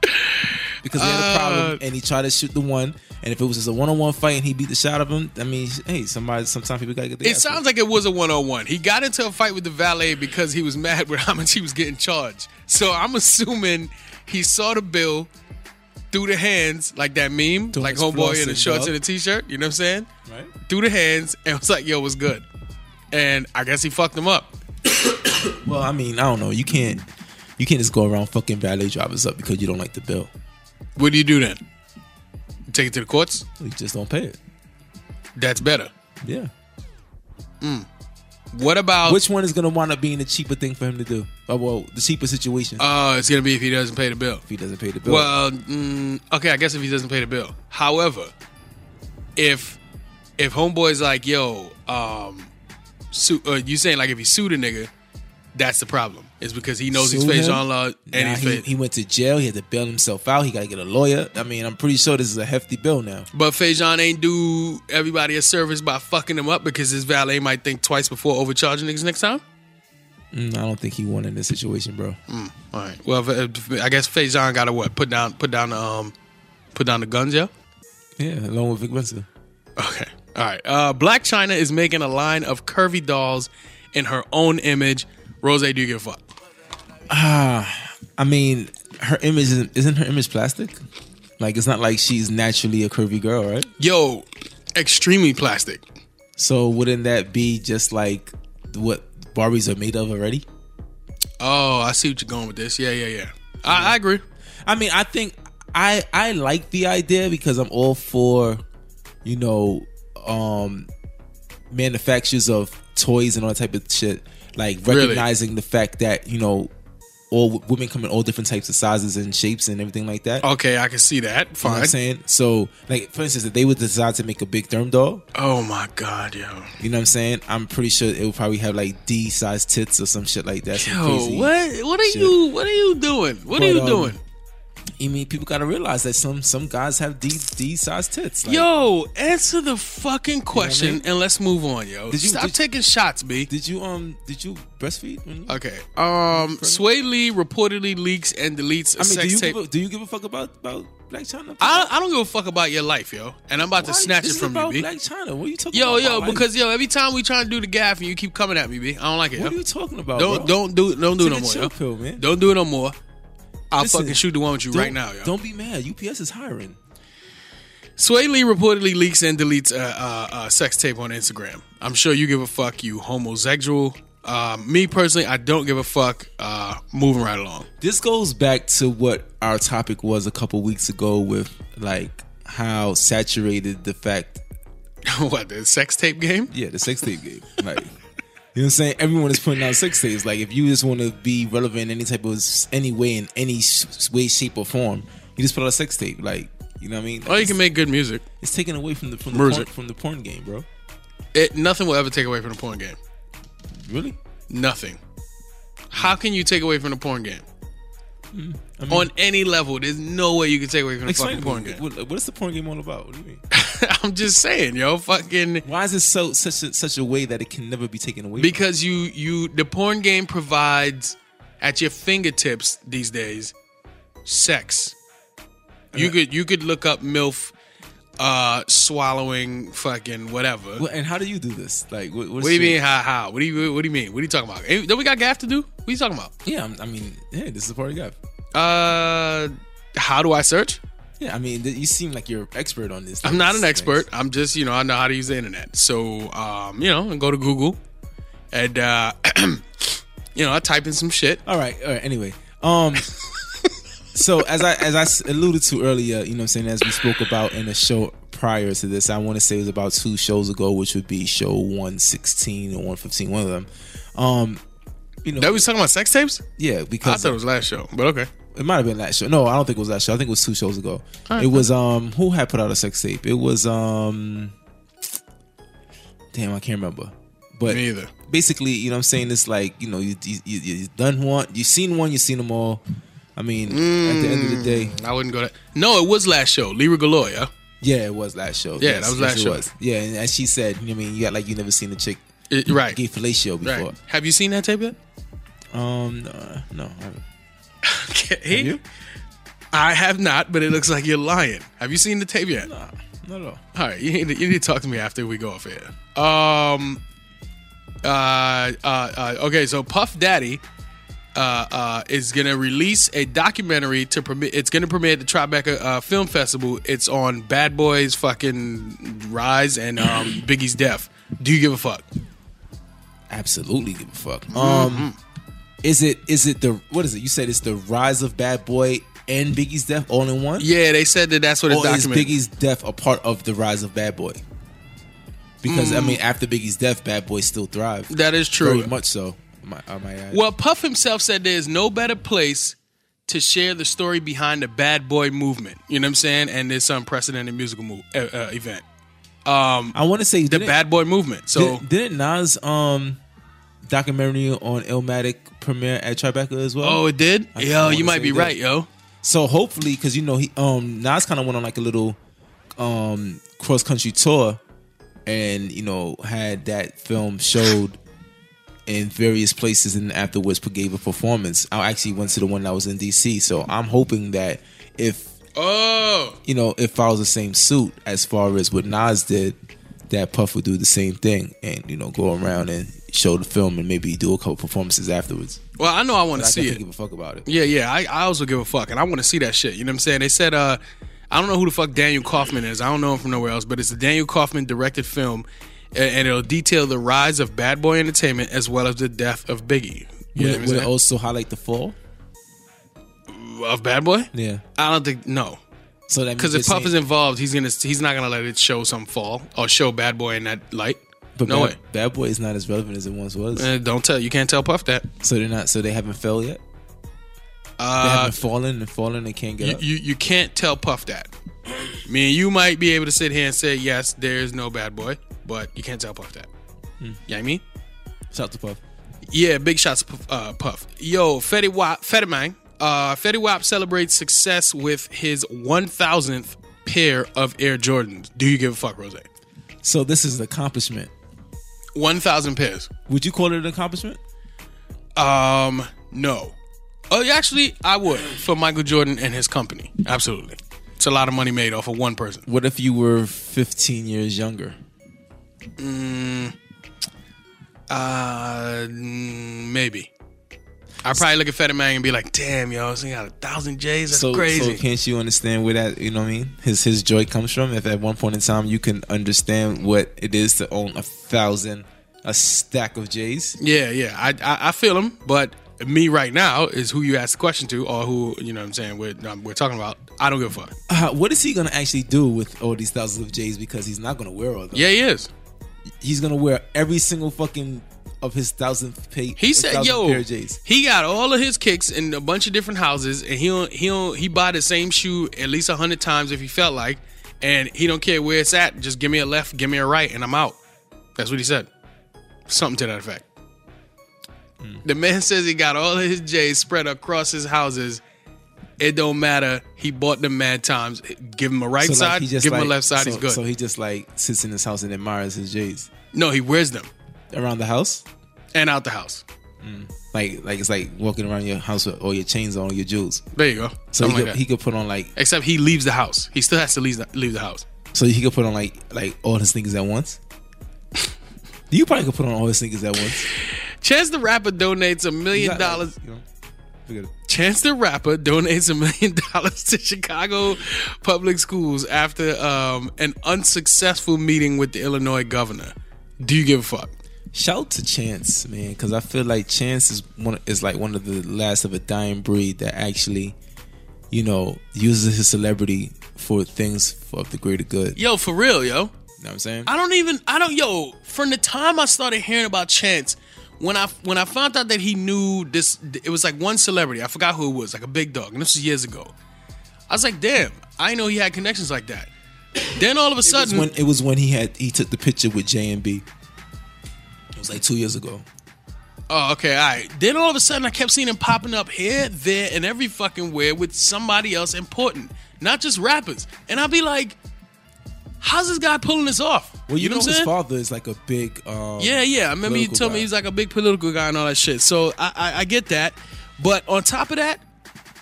[SPEAKER 3] because he had a
[SPEAKER 2] Uh,
[SPEAKER 3] problem and he tried to shoot the one. And if it was just a one on one fight and he beat the shit out of him, I mean, hey, somebody sometimes people gotta get. their
[SPEAKER 2] it
[SPEAKER 3] ass
[SPEAKER 2] sounds
[SPEAKER 3] beat.
[SPEAKER 2] like it was a one on one. He got into a fight with the valet because he was mad with how much he was getting charged. So I'm assuming he saw the bill through the hands, like that meme,
[SPEAKER 3] Doing
[SPEAKER 2] like
[SPEAKER 3] his
[SPEAKER 2] homeboy in the
[SPEAKER 3] flossing,
[SPEAKER 2] shorts
[SPEAKER 3] dog.
[SPEAKER 2] and a t-shirt. You know what I'm saying?
[SPEAKER 3] right.
[SPEAKER 2] through the hands and was like, "Yo, what's good?" And I guess he fucked him up.
[SPEAKER 3] Well, I mean, I don't know. You can't you can't just go around fucking valet drivers up because you don't like the bill.
[SPEAKER 2] What do you do then? You take it to the courts.
[SPEAKER 3] You just don't pay it.
[SPEAKER 2] That's better.
[SPEAKER 3] Yeah.
[SPEAKER 2] What about?
[SPEAKER 3] Which one is gonna wind up being the cheaper thing for him to do? Oh well, the cheaper situation
[SPEAKER 2] Uh, it's gonna be if he doesn't pay the bill.
[SPEAKER 3] if he doesn't pay the bill.
[SPEAKER 2] Well, mm, okay, I guess if he doesn't pay the bill. However, if if homeboy's like, "Yo, um, su- uh, you saying like if he sued a nigga, that's the problem. It's because he knows he's
[SPEAKER 3] Sue
[SPEAKER 2] face
[SPEAKER 3] him.
[SPEAKER 2] on law and
[SPEAKER 3] Now
[SPEAKER 2] he's
[SPEAKER 3] he,
[SPEAKER 2] face."
[SPEAKER 3] he went to jail. He had to bail himself out. He got to get a lawyer. I mean, I'm pretty sure this is a hefty bill now.
[SPEAKER 2] But Fajon ain't do everybody a service by fucking him up because his valet might think twice before overcharging niggas next time.
[SPEAKER 3] Mm, I don't think he won in this situation, bro.
[SPEAKER 2] All right. Well, if- if- I guess Fajon got to what? Put down, put down, the, um, put down the guns, yeah.
[SPEAKER 3] Yeah, along with Vic Mensa.
[SPEAKER 2] Okay. All right. Uh, Black China is making a line of curvy dolls in her own image. Rose, do you give a fuck?
[SPEAKER 3] I mean, her image isn't, isn't her image plastic. Like it's not like she's naturally a curvy girl, right?
[SPEAKER 2] Yo, extremely plastic.
[SPEAKER 3] So wouldn't that be just like what Barbies are made of already?
[SPEAKER 2] Oh, I see what you're going with this. Yeah, yeah, yeah. I, I agree.
[SPEAKER 3] I mean, I think I I like the idea because I'm all for, you know, um manufacturers of toys and all that type of shit. Like
[SPEAKER 2] Really?
[SPEAKER 3] recognizing the fact that, you know, all w- women come in all different types of sizes and shapes and everything like that.
[SPEAKER 2] Okay, I can see that.
[SPEAKER 3] You know what
[SPEAKER 2] Oh, Fine.
[SPEAKER 3] I'm saying? So, like, for instance, if they would decide to make a big therm doll,
[SPEAKER 2] oh my god, yo.
[SPEAKER 3] you know what I'm saying? I'm pretty sure it would probably have like D sized tits or some shit like that. some
[SPEAKER 2] Yo,
[SPEAKER 3] crazy-
[SPEAKER 2] what what are
[SPEAKER 3] shit.
[SPEAKER 2] you what are you doing? What are
[SPEAKER 3] But,
[SPEAKER 2] you
[SPEAKER 3] um,
[SPEAKER 2] doing?
[SPEAKER 3] I mean, people gotta realize that some some guys have D D sized tits. Like,
[SPEAKER 2] Yo, answer the fucking question
[SPEAKER 3] mean?
[SPEAKER 2] and let's move on, yo.
[SPEAKER 3] Did you-
[SPEAKER 2] Stop
[SPEAKER 3] did-
[SPEAKER 2] taking shots, B.
[SPEAKER 3] did you um did you breastfeed? When you-
[SPEAKER 2] Okay. Um, Sway Lee reportedly leaks and deletes a
[SPEAKER 3] I mean, do
[SPEAKER 2] sex
[SPEAKER 3] you
[SPEAKER 2] tape.
[SPEAKER 3] give a, do you give a fuck about about Black China?
[SPEAKER 2] I, I don't give a fuck about your life, yo. And I'm about to
[SPEAKER 3] Why-
[SPEAKER 2] snatch it
[SPEAKER 3] this is
[SPEAKER 2] from you,
[SPEAKER 3] about
[SPEAKER 2] B.
[SPEAKER 3] Black China. What are you talking
[SPEAKER 2] Yo,
[SPEAKER 3] about?
[SPEAKER 2] yo,
[SPEAKER 3] Why-
[SPEAKER 2] because yo, every time we try to do the gaff and you keep coming at me, B. I don't like it.
[SPEAKER 3] what are
[SPEAKER 2] Yo.
[SPEAKER 3] you talking about?
[SPEAKER 2] Don't
[SPEAKER 3] bro?
[SPEAKER 2] don't do don't do it
[SPEAKER 3] Take
[SPEAKER 2] no
[SPEAKER 3] a
[SPEAKER 2] more,
[SPEAKER 3] chill
[SPEAKER 2] yo.
[SPEAKER 3] pill, man.
[SPEAKER 2] Don't do it no more. I'll
[SPEAKER 3] Listen,
[SPEAKER 2] fucking shoot the one with you
[SPEAKER 3] Don't-
[SPEAKER 2] right now, yo.
[SPEAKER 3] Don't be mad. UPS is hiring.
[SPEAKER 2] Sway Lee reportedly leaks and deletes a, uh uh sex tape on Instagram. I'm sure you give a fuck, you homosexual. Uh, me personally, I don't give a fuck. Uh, moving right along.
[SPEAKER 3] This goes back to what our topic was a couple weeks ago with like how saturated the fact
[SPEAKER 2] what the sex tape game?
[SPEAKER 3] Yeah, the sex tape game. Like, you know what I'm saying? Everyone is putting out sex tapes. Like, if you just want to be relevant in any type of any way, in any s- way, shape, or form, you just put out a sex tape. Like, you know what I mean?
[SPEAKER 2] Or you
[SPEAKER 3] it's,
[SPEAKER 2] can make good music.
[SPEAKER 3] it's taken away from the from the,
[SPEAKER 2] Merge
[SPEAKER 3] porn,
[SPEAKER 2] it.
[SPEAKER 3] from the porn game, bro.
[SPEAKER 2] It nothing will ever take away from the porn game.
[SPEAKER 3] Really?
[SPEAKER 2] Nothing. How can you take away from the porn game?
[SPEAKER 3] Hmm, I mean,
[SPEAKER 2] On any level, there's no way you can take away from the
[SPEAKER 3] explain
[SPEAKER 2] fucking porn
[SPEAKER 3] to me,
[SPEAKER 2] game.
[SPEAKER 3] What, what is the porn game all about? What do you mean?
[SPEAKER 2] I'm just saying, yo, fucking
[SPEAKER 3] Why is it so such a, such a way that it can never be taken away? from?
[SPEAKER 2] because you you the porn game provides at your fingertips these days sex you could you could look up milf uh swallowing fucking whatever
[SPEAKER 3] Well, and how do you do this? Like, what,
[SPEAKER 2] what do you mean how how what do you what do you mean what are you talking about Eh, don't we got gaff to do what are you talking about
[SPEAKER 3] Yeah, I'm- I mean, yeah, this is the party guy.
[SPEAKER 2] uh how do i search
[SPEAKER 3] Yeah, I mean, th- you seem like you're an expert on this.
[SPEAKER 2] i'm not
[SPEAKER 3] This
[SPEAKER 2] an
[SPEAKER 3] thing.
[SPEAKER 2] expert i'm just you know i know how to use the internet so um you know and go to google and uh you know i type in some shit
[SPEAKER 3] All right. All right. Anyway, um, so as I as I s- alluded to earlier, you know, what I'm saying as we spoke about in a show prior to this, I want to say it was about two shows ago, which would be show one sixteen or one fifteen, one of them. Um, you know,
[SPEAKER 2] that was talking about sex tapes
[SPEAKER 3] yeah,
[SPEAKER 2] i
[SPEAKER 3] because
[SPEAKER 2] thought it was last show but okay
[SPEAKER 3] it might have been that show. No, I don't think it was that show. I think it was two shows ago. It was um who had put out a sex tape? It was um damn, I can't remember. But
[SPEAKER 2] Me either.
[SPEAKER 3] basically, you know what I'm saying? It's like, you know, you you, you you done one, you seen one, you seen them all. I mean, at the end of the day,
[SPEAKER 2] I wouldn't go that. No, it was last show. Lyra Galore, yeah.
[SPEAKER 3] yeah, it was last show.
[SPEAKER 2] Yeah, that was last
[SPEAKER 3] it
[SPEAKER 2] show.
[SPEAKER 3] Yeah, and as she said, you know what I mean, you got like you never seen a chick
[SPEAKER 2] It- right.
[SPEAKER 3] gay fellatio
[SPEAKER 2] right.
[SPEAKER 3] before.
[SPEAKER 2] Have you seen that tape yet?
[SPEAKER 3] Um, no, no, I haven't.
[SPEAKER 2] Okay.
[SPEAKER 3] you?
[SPEAKER 2] I have not, but it looks like you're lying. Have you seen the tape yet?
[SPEAKER 3] Nah, not at all.
[SPEAKER 2] All right, you need, to, you need to talk to me after we go off air. Um, uh, uh, uh, okay, so Puff Daddy uh, uh, is gonna release a documentary to permit. It's gonna premiere at the Tribeca uh, Film Festival. It's on Bad Boys, fucking Rise, and um, Biggie's death. Do you give a fuck?
[SPEAKER 3] absolutely give a
[SPEAKER 2] Mm-hmm.
[SPEAKER 3] fuck. Um, is it is it the what is it? You said it's the rise of Bad Boy and Biggie's death all in one.
[SPEAKER 2] Yeah, they said that that's what it's
[SPEAKER 3] or Oh, is
[SPEAKER 2] documented.
[SPEAKER 3] Biggie's death a part of the rise of Bad Boy? Because
[SPEAKER 2] Mm.
[SPEAKER 3] I mean, after Biggie's death, Bad Boy still thrived.
[SPEAKER 2] that is true.
[SPEAKER 3] Very much so. My, uh, my, uh,
[SPEAKER 2] Well, Puff himself said there is no better place to share the story behind the bad boy movement. You know what I'm saying? And this unprecedented musical move, uh, uh, event.
[SPEAKER 3] I want to say
[SPEAKER 2] The
[SPEAKER 3] didn't-
[SPEAKER 2] bad boy movement. So
[SPEAKER 3] Did, didn't Nas um documentary on Illmatic premiere at Tribeca as well?
[SPEAKER 2] oh, it did.
[SPEAKER 3] I
[SPEAKER 2] yo,
[SPEAKER 3] wanna
[SPEAKER 2] you
[SPEAKER 3] say
[SPEAKER 2] might be
[SPEAKER 3] that.
[SPEAKER 2] right, yo.
[SPEAKER 3] So hopefully, because you know he um Nas kind of went on like a little um cross country tour, and you know had that film showed in various places, and afterwards gave a performance. I actually went to the one that was in DC, so I'm hoping that if
[SPEAKER 2] Oh,
[SPEAKER 3] you know it follows the same suit as far as what Nas did, that Puff would do the same thing, and you know go around and show the film, and maybe do a couple performances afterwards.
[SPEAKER 2] well, I know I want
[SPEAKER 3] I
[SPEAKER 2] to see
[SPEAKER 3] definitely
[SPEAKER 2] it.
[SPEAKER 3] give a fuck about it.
[SPEAKER 2] Yeah, yeah. I, I also give a fuck, and I want to see that shit. You know what I'm saying? They said, uh, I don't know who the fuck Daniel Kaufman is. I don't know him from nowhere else, but it's a Daniel Kaufman directed film, a- and it'll detail the rise of Bad Boy Entertainment as well as the death of Biggie. You know
[SPEAKER 3] Would, it,
[SPEAKER 2] what I'm
[SPEAKER 3] would it
[SPEAKER 2] saying?
[SPEAKER 3] also highlight the fall?
[SPEAKER 2] of Bad Boy?
[SPEAKER 3] Yeah.
[SPEAKER 2] I don't think no,
[SPEAKER 3] So that means
[SPEAKER 2] because if
[SPEAKER 3] you're
[SPEAKER 2] Puff is
[SPEAKER 3] saying-
[SPEAKER 2] involved, he's gonna he's not gonna let it show some fall or show Bad Boy in that light.
[SPEAKER 3] but
[SPEAKER 2] no
[SPEAKER 3] bad,
[SPEAKER 2] way.
[SPEAKER 3] Bad Boy is not as relevant as it once was.
[SPEAKER 2] Uh, don't tell you can't tell Puff that.
[SPEAKER 3] So they're not. So they haven't fell yet. They
[SPEAKER 2] Uh,
[SPEAKER 3] haven't fallen and fallen and can't get
[SPEAKER 2] you,
[SPEAKER 3] up.
[SPEAKER 2] you you can't tell Puff that. I mean, you might be able to sit here and say yes, there is no Bad Boy, but you can't tell Puff that. Yeah, I mean,
[SPEAKER 3] Shout to Puff.
[SPEAKER 2] yeah, big shots, Puff- uh, Puff. Yo, Fetty Wap, Fetty Man, uh, Fetty Wap celebrates success with his one thousandth pair of Air Jordans. Do you give a fuck, Rose?
[SPEAKER 3] So this is an accomplishment.
[SPEAKER 2] One thousand pairs.
[SPEAKER 3] Would you call it an accomplishment?
[SPEAKER 2] Um, no. Oh, yeah, actually, I would for Michael Jordan and his company. Absolutely, it's a lot of money made off of one person.
[SPEAKER 3] What if you were 15 years younger?
[SPEAKER 2] Uh, mm, maybe. I probably look at Fetty Man and be like, "Damn, yo, so he got a thousand J's. That's
[SPEAKER 3] so
[SPEAKER 2] crazy."
[SPEAKER 3] So can't you understand where that you know what I mean? His his joy comes from. If at one point in time you can understand what it is to own a thousand, a stack of J's.
[SPEAKER 2] yeah, yeah, I, I I feel him, but me right now is who you ask the question to, or who you know. what I'm saying we're um, we're talking about. I don't give a fuck.
[SPEAKER 3] Uh, what is he gonna actually do with all these thousands of J's? Because he's not gonna wear all of them.
[SPEAKER 2] Yeah, he is.
[SPEAKER 3] he's gonna wear every single fucking of his thousandth pay.
[SPEAKER 2] He said, "Yo,
[SPEAKER 3] pair of J's.
[SPEAKER 2] he got all of his kicks in a bunch of different houses, and he don't, he don't, he buy the same shoe at least a hundred times if he felt like, and he don't care where it's at. Just give me a left, give me a right, and I'm out." That's what he said. Something to that effect.
[SPEAKER 3] Hmm.
[SPEAKER 2] The man says he got all of his J's spread across his houses. It don't matter. He bought them mad times. Give him a right
[SPEAKER 3] So, like,
[SPEAKER 2] side,
[SPEAKER 3] he just
[SPEAKER 2] give him
[SPEAKER 3] like-
[SPEAKER 2] a left side.
[SPEAKER 3] So,
[SPEAKER 2] he's good.
[SPEAKER 3] So he just like sits in his house and admires his J's
[SPEAKER 2] no, he wears them
[SPEAKER 3] around the house.
[SPEAKER 2] and out the house.
[SPEAKER 3] Like like it's like walking around your house with all your chains on, your jewels.
[SPEAKER 2] There you go.
[SPEAKER 3] So he
[SPEAKER 2] Something
[SPEAKER 3] could,
[SPEAKER 2] like that.
[SPEAKER 3] he could put on like
[SPEAKER 2] Except he leaves the house. He still has to leave the, leave the house.
[SPEAKER 3] so he could put on like like all his sneakers at once. you probably could put on all his sneakers at once.
[SPEAKER 2] Chance the Rapper donates a
[SPEAKER 3] You
[SPEAKER 2] million
[SPEAKER 3] got,
[SPEAKER 2] dollars.
[SPEAKER 3] like, you know, look at it.
[SPEAKER 2] Chance the Rapper donates a million dollars to Chicago public schools after um, an unsuccessful meeting with the Illinois governor. Do you give a fuck?
[SPEAKER 3] Shout out to Chance, man, because I feel like Chance is one is like one of the last of a dying breed that actually, you know, uses his celebrity for things for the greater good. You
[SPEAKER 2] Yo, for real, yo.
[SPEAKER 3] know what I'm saying?
[SPEAKER 2] I don't even. I don't. Yo, from the time I started hearing about Chance, when I when I found out that he knew this, it was like one celebrity. I forgot who it was, like a big dog, and this was years ago. I was like, damn, I didn't know he had connections like that. Then all of a
[SPEAKER 3] It was
[SPEAKER 2] sudden,
[SPEAKER 3] when it was when he had he took the picture with J and B. It was like two years ago.
[SPEAKER 2] Oh, okay, all right. Then all of a sudden, I kept seeing him popping up here, there, and every fucking where with somebody else important, not just rappers. And I'd be like, "How's this guy pulling this off?"
[SPEAKER 3] Well, you, know,
[SPEAKER 2] what I'm
[SPEAKER 3] his
[SPEAKER 2] saying?
[SPEAKER 3] father is like a big. Um,
[SPEAKER 2] Yeah, yeah. I remember you
[SPEAKER 3] political
[SPEAKER 2] told me
[SPEAKER 3] guy.
[SPEAKER 2] he's like a big political guy and all that shit. So I, I, I get that, but on top of that,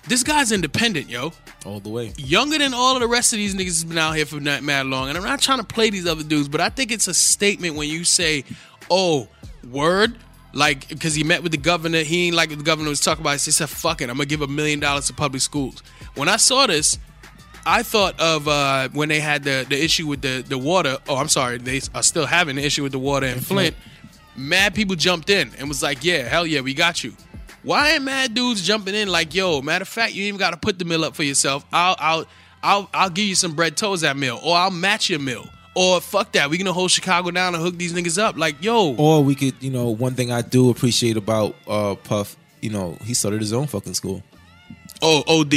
[SPEAKER 2] this guy's independent, yo.
[SPEAKER 3] all the way.
[SPEAKER 2] Younger than all of the rest of these niggas has been out here for not mad long. And I'm not trying to play these other dudes, but I think it's a statement when you say, "Oh, word." Like, because he met with the governor, he ain't like what the governor was talking about. He said, fuck it, I'm gonna give a million dollars to public schools. When I saw this, I thought of uh, when they had the, the issue with the, the water. Oh, I'm sorry, they are still having the issue with the water in Flint. Mad people jumped in and was like, "Yeah, hell yeah, we got you." Why ain't mad dudes jumping in like, "Yo, matter of fact, you ain't even got to put the meal up for yourself. I'll I'll I'll I'll give you some bread toes that meal, or I'll match your meal, or fuck that, we gonna hold Chicago down and hook these niggas up." Like, yo,
[SPEAKER 3] Or we could, you know, one thing I do appreciate about uh, Puff, you know, he started his own fucking school.
[SPEAKER 2] oh, od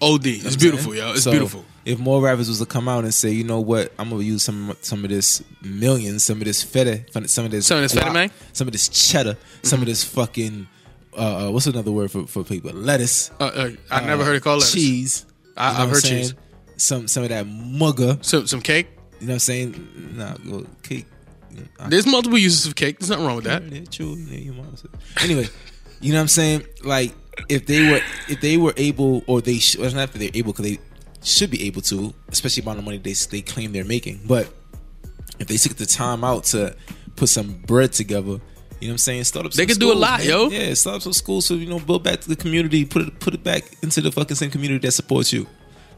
[SPEAKER 2] od, it's beautiful, yo, it's
[SPEAKER 3] So,
[SPEAKER 2] beautiful.
[SPEAKER 3] If more rappers was to come out and say, you know what, I'm gonna use some some of this millions, some of this feta, some of this
[SPEAKER 2] Some of this feta,
[SPEAKER 3] guac,
[SPEAKER 2] man? Mm-hmm.
[SPEAKER 3] some of this cheddar, some of this fucking uh, uh, what's another word for for people? Lettuce.
[SPEAKER 2] Uh, uh, I never heard it called lettuce.
[SPEAKER 3] cheese.
[SPEAKER 2] I-
[SPEAKER 3] You know
[SPEAKER 2] I've
[SPEAKER 3] what
[SPEAKER 2] heard
[SPEAKER 3] I'm
[SPEAKER 2] cheese.
[SPEAKER 3] saying? Some some of that mugger.
[SPEAKER 2] Some some cake.
[SPEAKER 3] You know what I'm saying? Nah, well, cake. I-
[SPEAKER 2] There's multiple uses of cake. There's nothing wrong with that.
[SPEAKER 3] yeah, true. Yeah, your mama said. Anyway, you know what I'm saying? Like if they were if they were able or they sh- well, it's not if they're able because they should be able to, especially amount of money they they claim they're making. But if they took the time out to put some bread together. You know what I'm saying? Start up.
[SPEAKER 2] They
[SPEAKER 3] some
[SPEAKER 2] could do a
[SPEAKER 3] schools,
[SPEAKER 2] lot,
[SPEAKER 3] man.
[SPEAKER 2] yo.
[SPEAKER 3] Yeah, start up some schools so you know build back the community. Put it put it back into the fucking same community that supports you.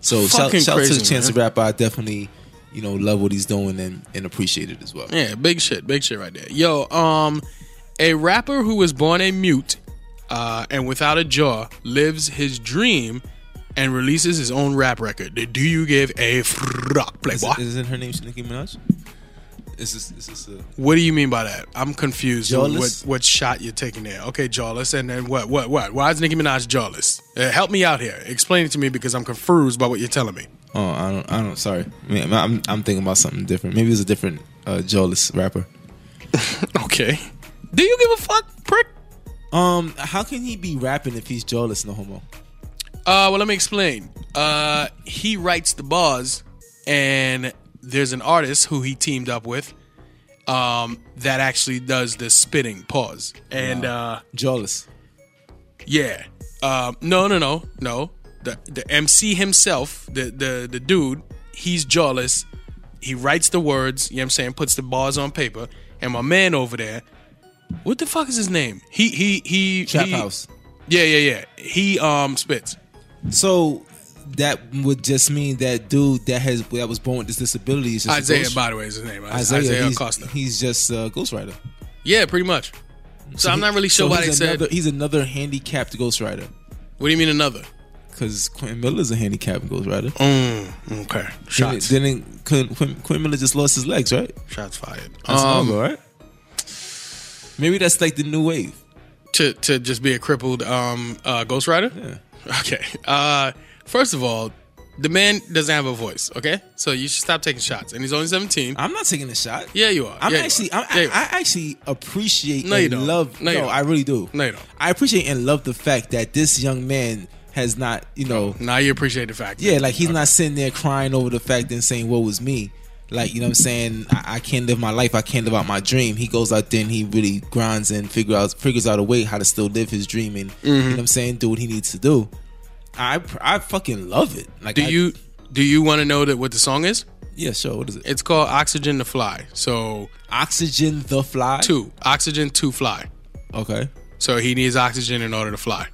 [SPEAKER 3] So shout,
[SPEAKER 2] Fucking
[SPEAKER 3] shout out to
[SPEAKER 2] crazy,
[SPEAKER 3] the Chance
[SPEAKER 2] man.
[SPEAKER 3] the Rapper. I definitely, you know, love what he's doing and, and appreciate it as well.
[SPEAKER 2] Yeah, big shit, big shit right there. Yo, um, a rapper who was born a mute uh, and without a jaw lives his dream and releases his own rap record. Do you give a fuck,
[SPEAKER 3] Is,
[SPEAKER 2] playboy?
[SPEAKER 3] isn't her name Nicki Minaj? Is this is this a
[SPEAKER 2] What do you mean by that? I'm confused. on What
[SPEAKER 3] Jawless?
[SPEAKER 2] what shot you're taking there? Okay, jawless, and then what? What? What? Why is Nicki Minaj jawless? Uh, help me out here. Explain it to me because I'm confused by what you're telling me.
[SPEAKER 3] Oh, I don't. I don't. Sorry, Man, I'm. I'm thinking about something different. Maybe it's a different uh, jawless rapper.
[SPEAKER 2] Okay. Do you give a fuck, prick?
[SPEAKER 3] Um, how can he be rapping if he's jawless? No homo.
[SPEAKER 2] Uh, well, let me explain. Uh, he writes the bars, and there's an artist who he teamed up with um, that actually does the spitting pause. And uh,
[SPEAKER 3] Jawless.
[SPEAKER 2] yeah, um, no, no, no, no. The the MC himself, the the the dude, he's jawless. He writes the words. You know what I'm saying? Puts the bars on paper. And my man over there, what the fuck is his name? He he he.
[SPEAKER 3] Trap
[SPEAKER 2] he-
[SPEAKER 3] house.
[SPEAKER 2] Yeah, yeah, yeah. He um spits.
[SPEAKER 3] So that would just mean that dude that has that was born with this disability is just a
[SPEAKER 2] Isaiah,
[SPEAKER 3] ghost-
[SPEAKER 2] by the way, is his name. Isaiah,
[SPEAKER 3] Isaiah,
[SPEAKER 2] Isaiah
[SPEAKER 3] he's,
[SPEAKER 2] Costa.
[SPEAKER 3] he's just a ghostwriter.
[SPEAKER 2] yeah, pretty much. So, I'm not really sure
[SPEAKER 3] So
[SPEAKER 2] why they
[SPEAKER 3] he's
[SPEAKER 2] said.
[SPEAKER 3] another- he's another handicapped ghostwriter
[SPEAKER 2] What do you mean another?
[SPEAKER 3] because Quentin Miller's a handicapped ghostwriter. Mm,
[SPEAKER 2] Okay,
[SPEAKER 3] Then,
[SPEAKER 2] shots,
[SPEAKER 3] then it- Quentin, Quentin Miller just lost his legs, right?
[SPEAKER 2] shots fired.
[SPEAKER 3] That's
[SPEAKER 2] Um,
[SPEAKER 3] um, right? Maybe that's like the new wave.
[SPEAKER 2] to to just be a crippled um uh, Ghost Rider. Okay. Uh, first of all, the man doesn't have a voice. Okay, so you should stop taking shots. And he's only 17.
[SPEAKER 3] I'm not taking a shot.
[SPEAKER 2] yeah, you are.
[SPEAKER 3] I'm
[SPEAKER 2] Yeah, you
[SPEAKER 3] actually,
[SPEAKER 2] are. Yeah,
[SPEAKER 3] I'm, I,
[SPEAKER 2] you are.
[SPEAKER 3] I actually appreciate
[SPEAKER 2] No, you
[SPEAKER 3] and
[SPEAKER 2] don't.
[SPEAKER 3] love.
[SPEAKER 2] No,
[SPEAKER 3] No,
[SPEAKER 2] you don't.
[SPEAKER 3] I really do.
[SPEAKER 2] No, you don't.
[SPEAKER 3] I appreciate and love the fact that this young man has not, you know,
[SPEAKER 2] now you appreciate the fact.
[SPEAKER 3] yeah, like he's not sitting there crying over the fact and saying, "What was me?" Like you know, what I'm saying, I, I can't live my life. I can't live out my dream. He goes out there and he really grinds and figure out figures out a way how to still live his dream and
[SPEAKER 2] Mm-hmm.
[SPEAKER 3] you know, what I'm saying, do what he needs to do. I pr- I fucking love it. Like,
[SPEAKER 2] Do
[SPEAKER 3] I-
[SPEAKER 2] you do you want to know that what the song is?
[SPEAKER 3] Yeah, sure. What is it?
[SPEAKER 2] It's called Oxygen to Fly. So
[SPEAKER 3] Oxygen the Fly.
[SPEAKER 2] two, Oxygen to Fly.
[SPEAKER 3] Okay.
[SPEAKER 2] So he needs oxygen in order to fly.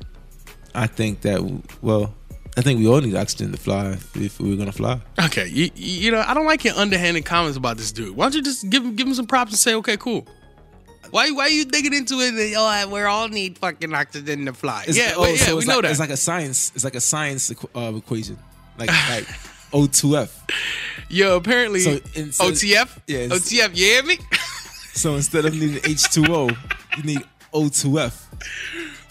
[SPEAKER 3] I think that well, I think we all need oxygen to fly if we were gonna fly.
[SPEAKER 2] Okay, you, you know I don't like your underhanded comments about this dude. Why don't you just give him give him some props and say okay, cool? Why why you digging into it? And, oh, we all need fucking oxygen to fly. yeah,
[SPEAKER 3] oh,
[SPEAKER 2] well, yeah,
[SPEAKER 3] so
[SPEAKER 2] we
[SPEAKER 3] it's
[SPEAKER 2] know
[SPEAKER 3] like,
[SPEAKER 2] that.
[SPEAKER 3] It's like a science. It's like a science equ- uh, equation, like like O2F.
[SPEAKER 2] Yo, apparently
[SPEAKER 3] So, and so-
[SPEAKER 2] OTF,
[SPEAKER 3] yeah, it's-
[SPEAKER 2] OTF, you hear me?
[SPEAKER 3] So instead of needing H2O, you need O2F.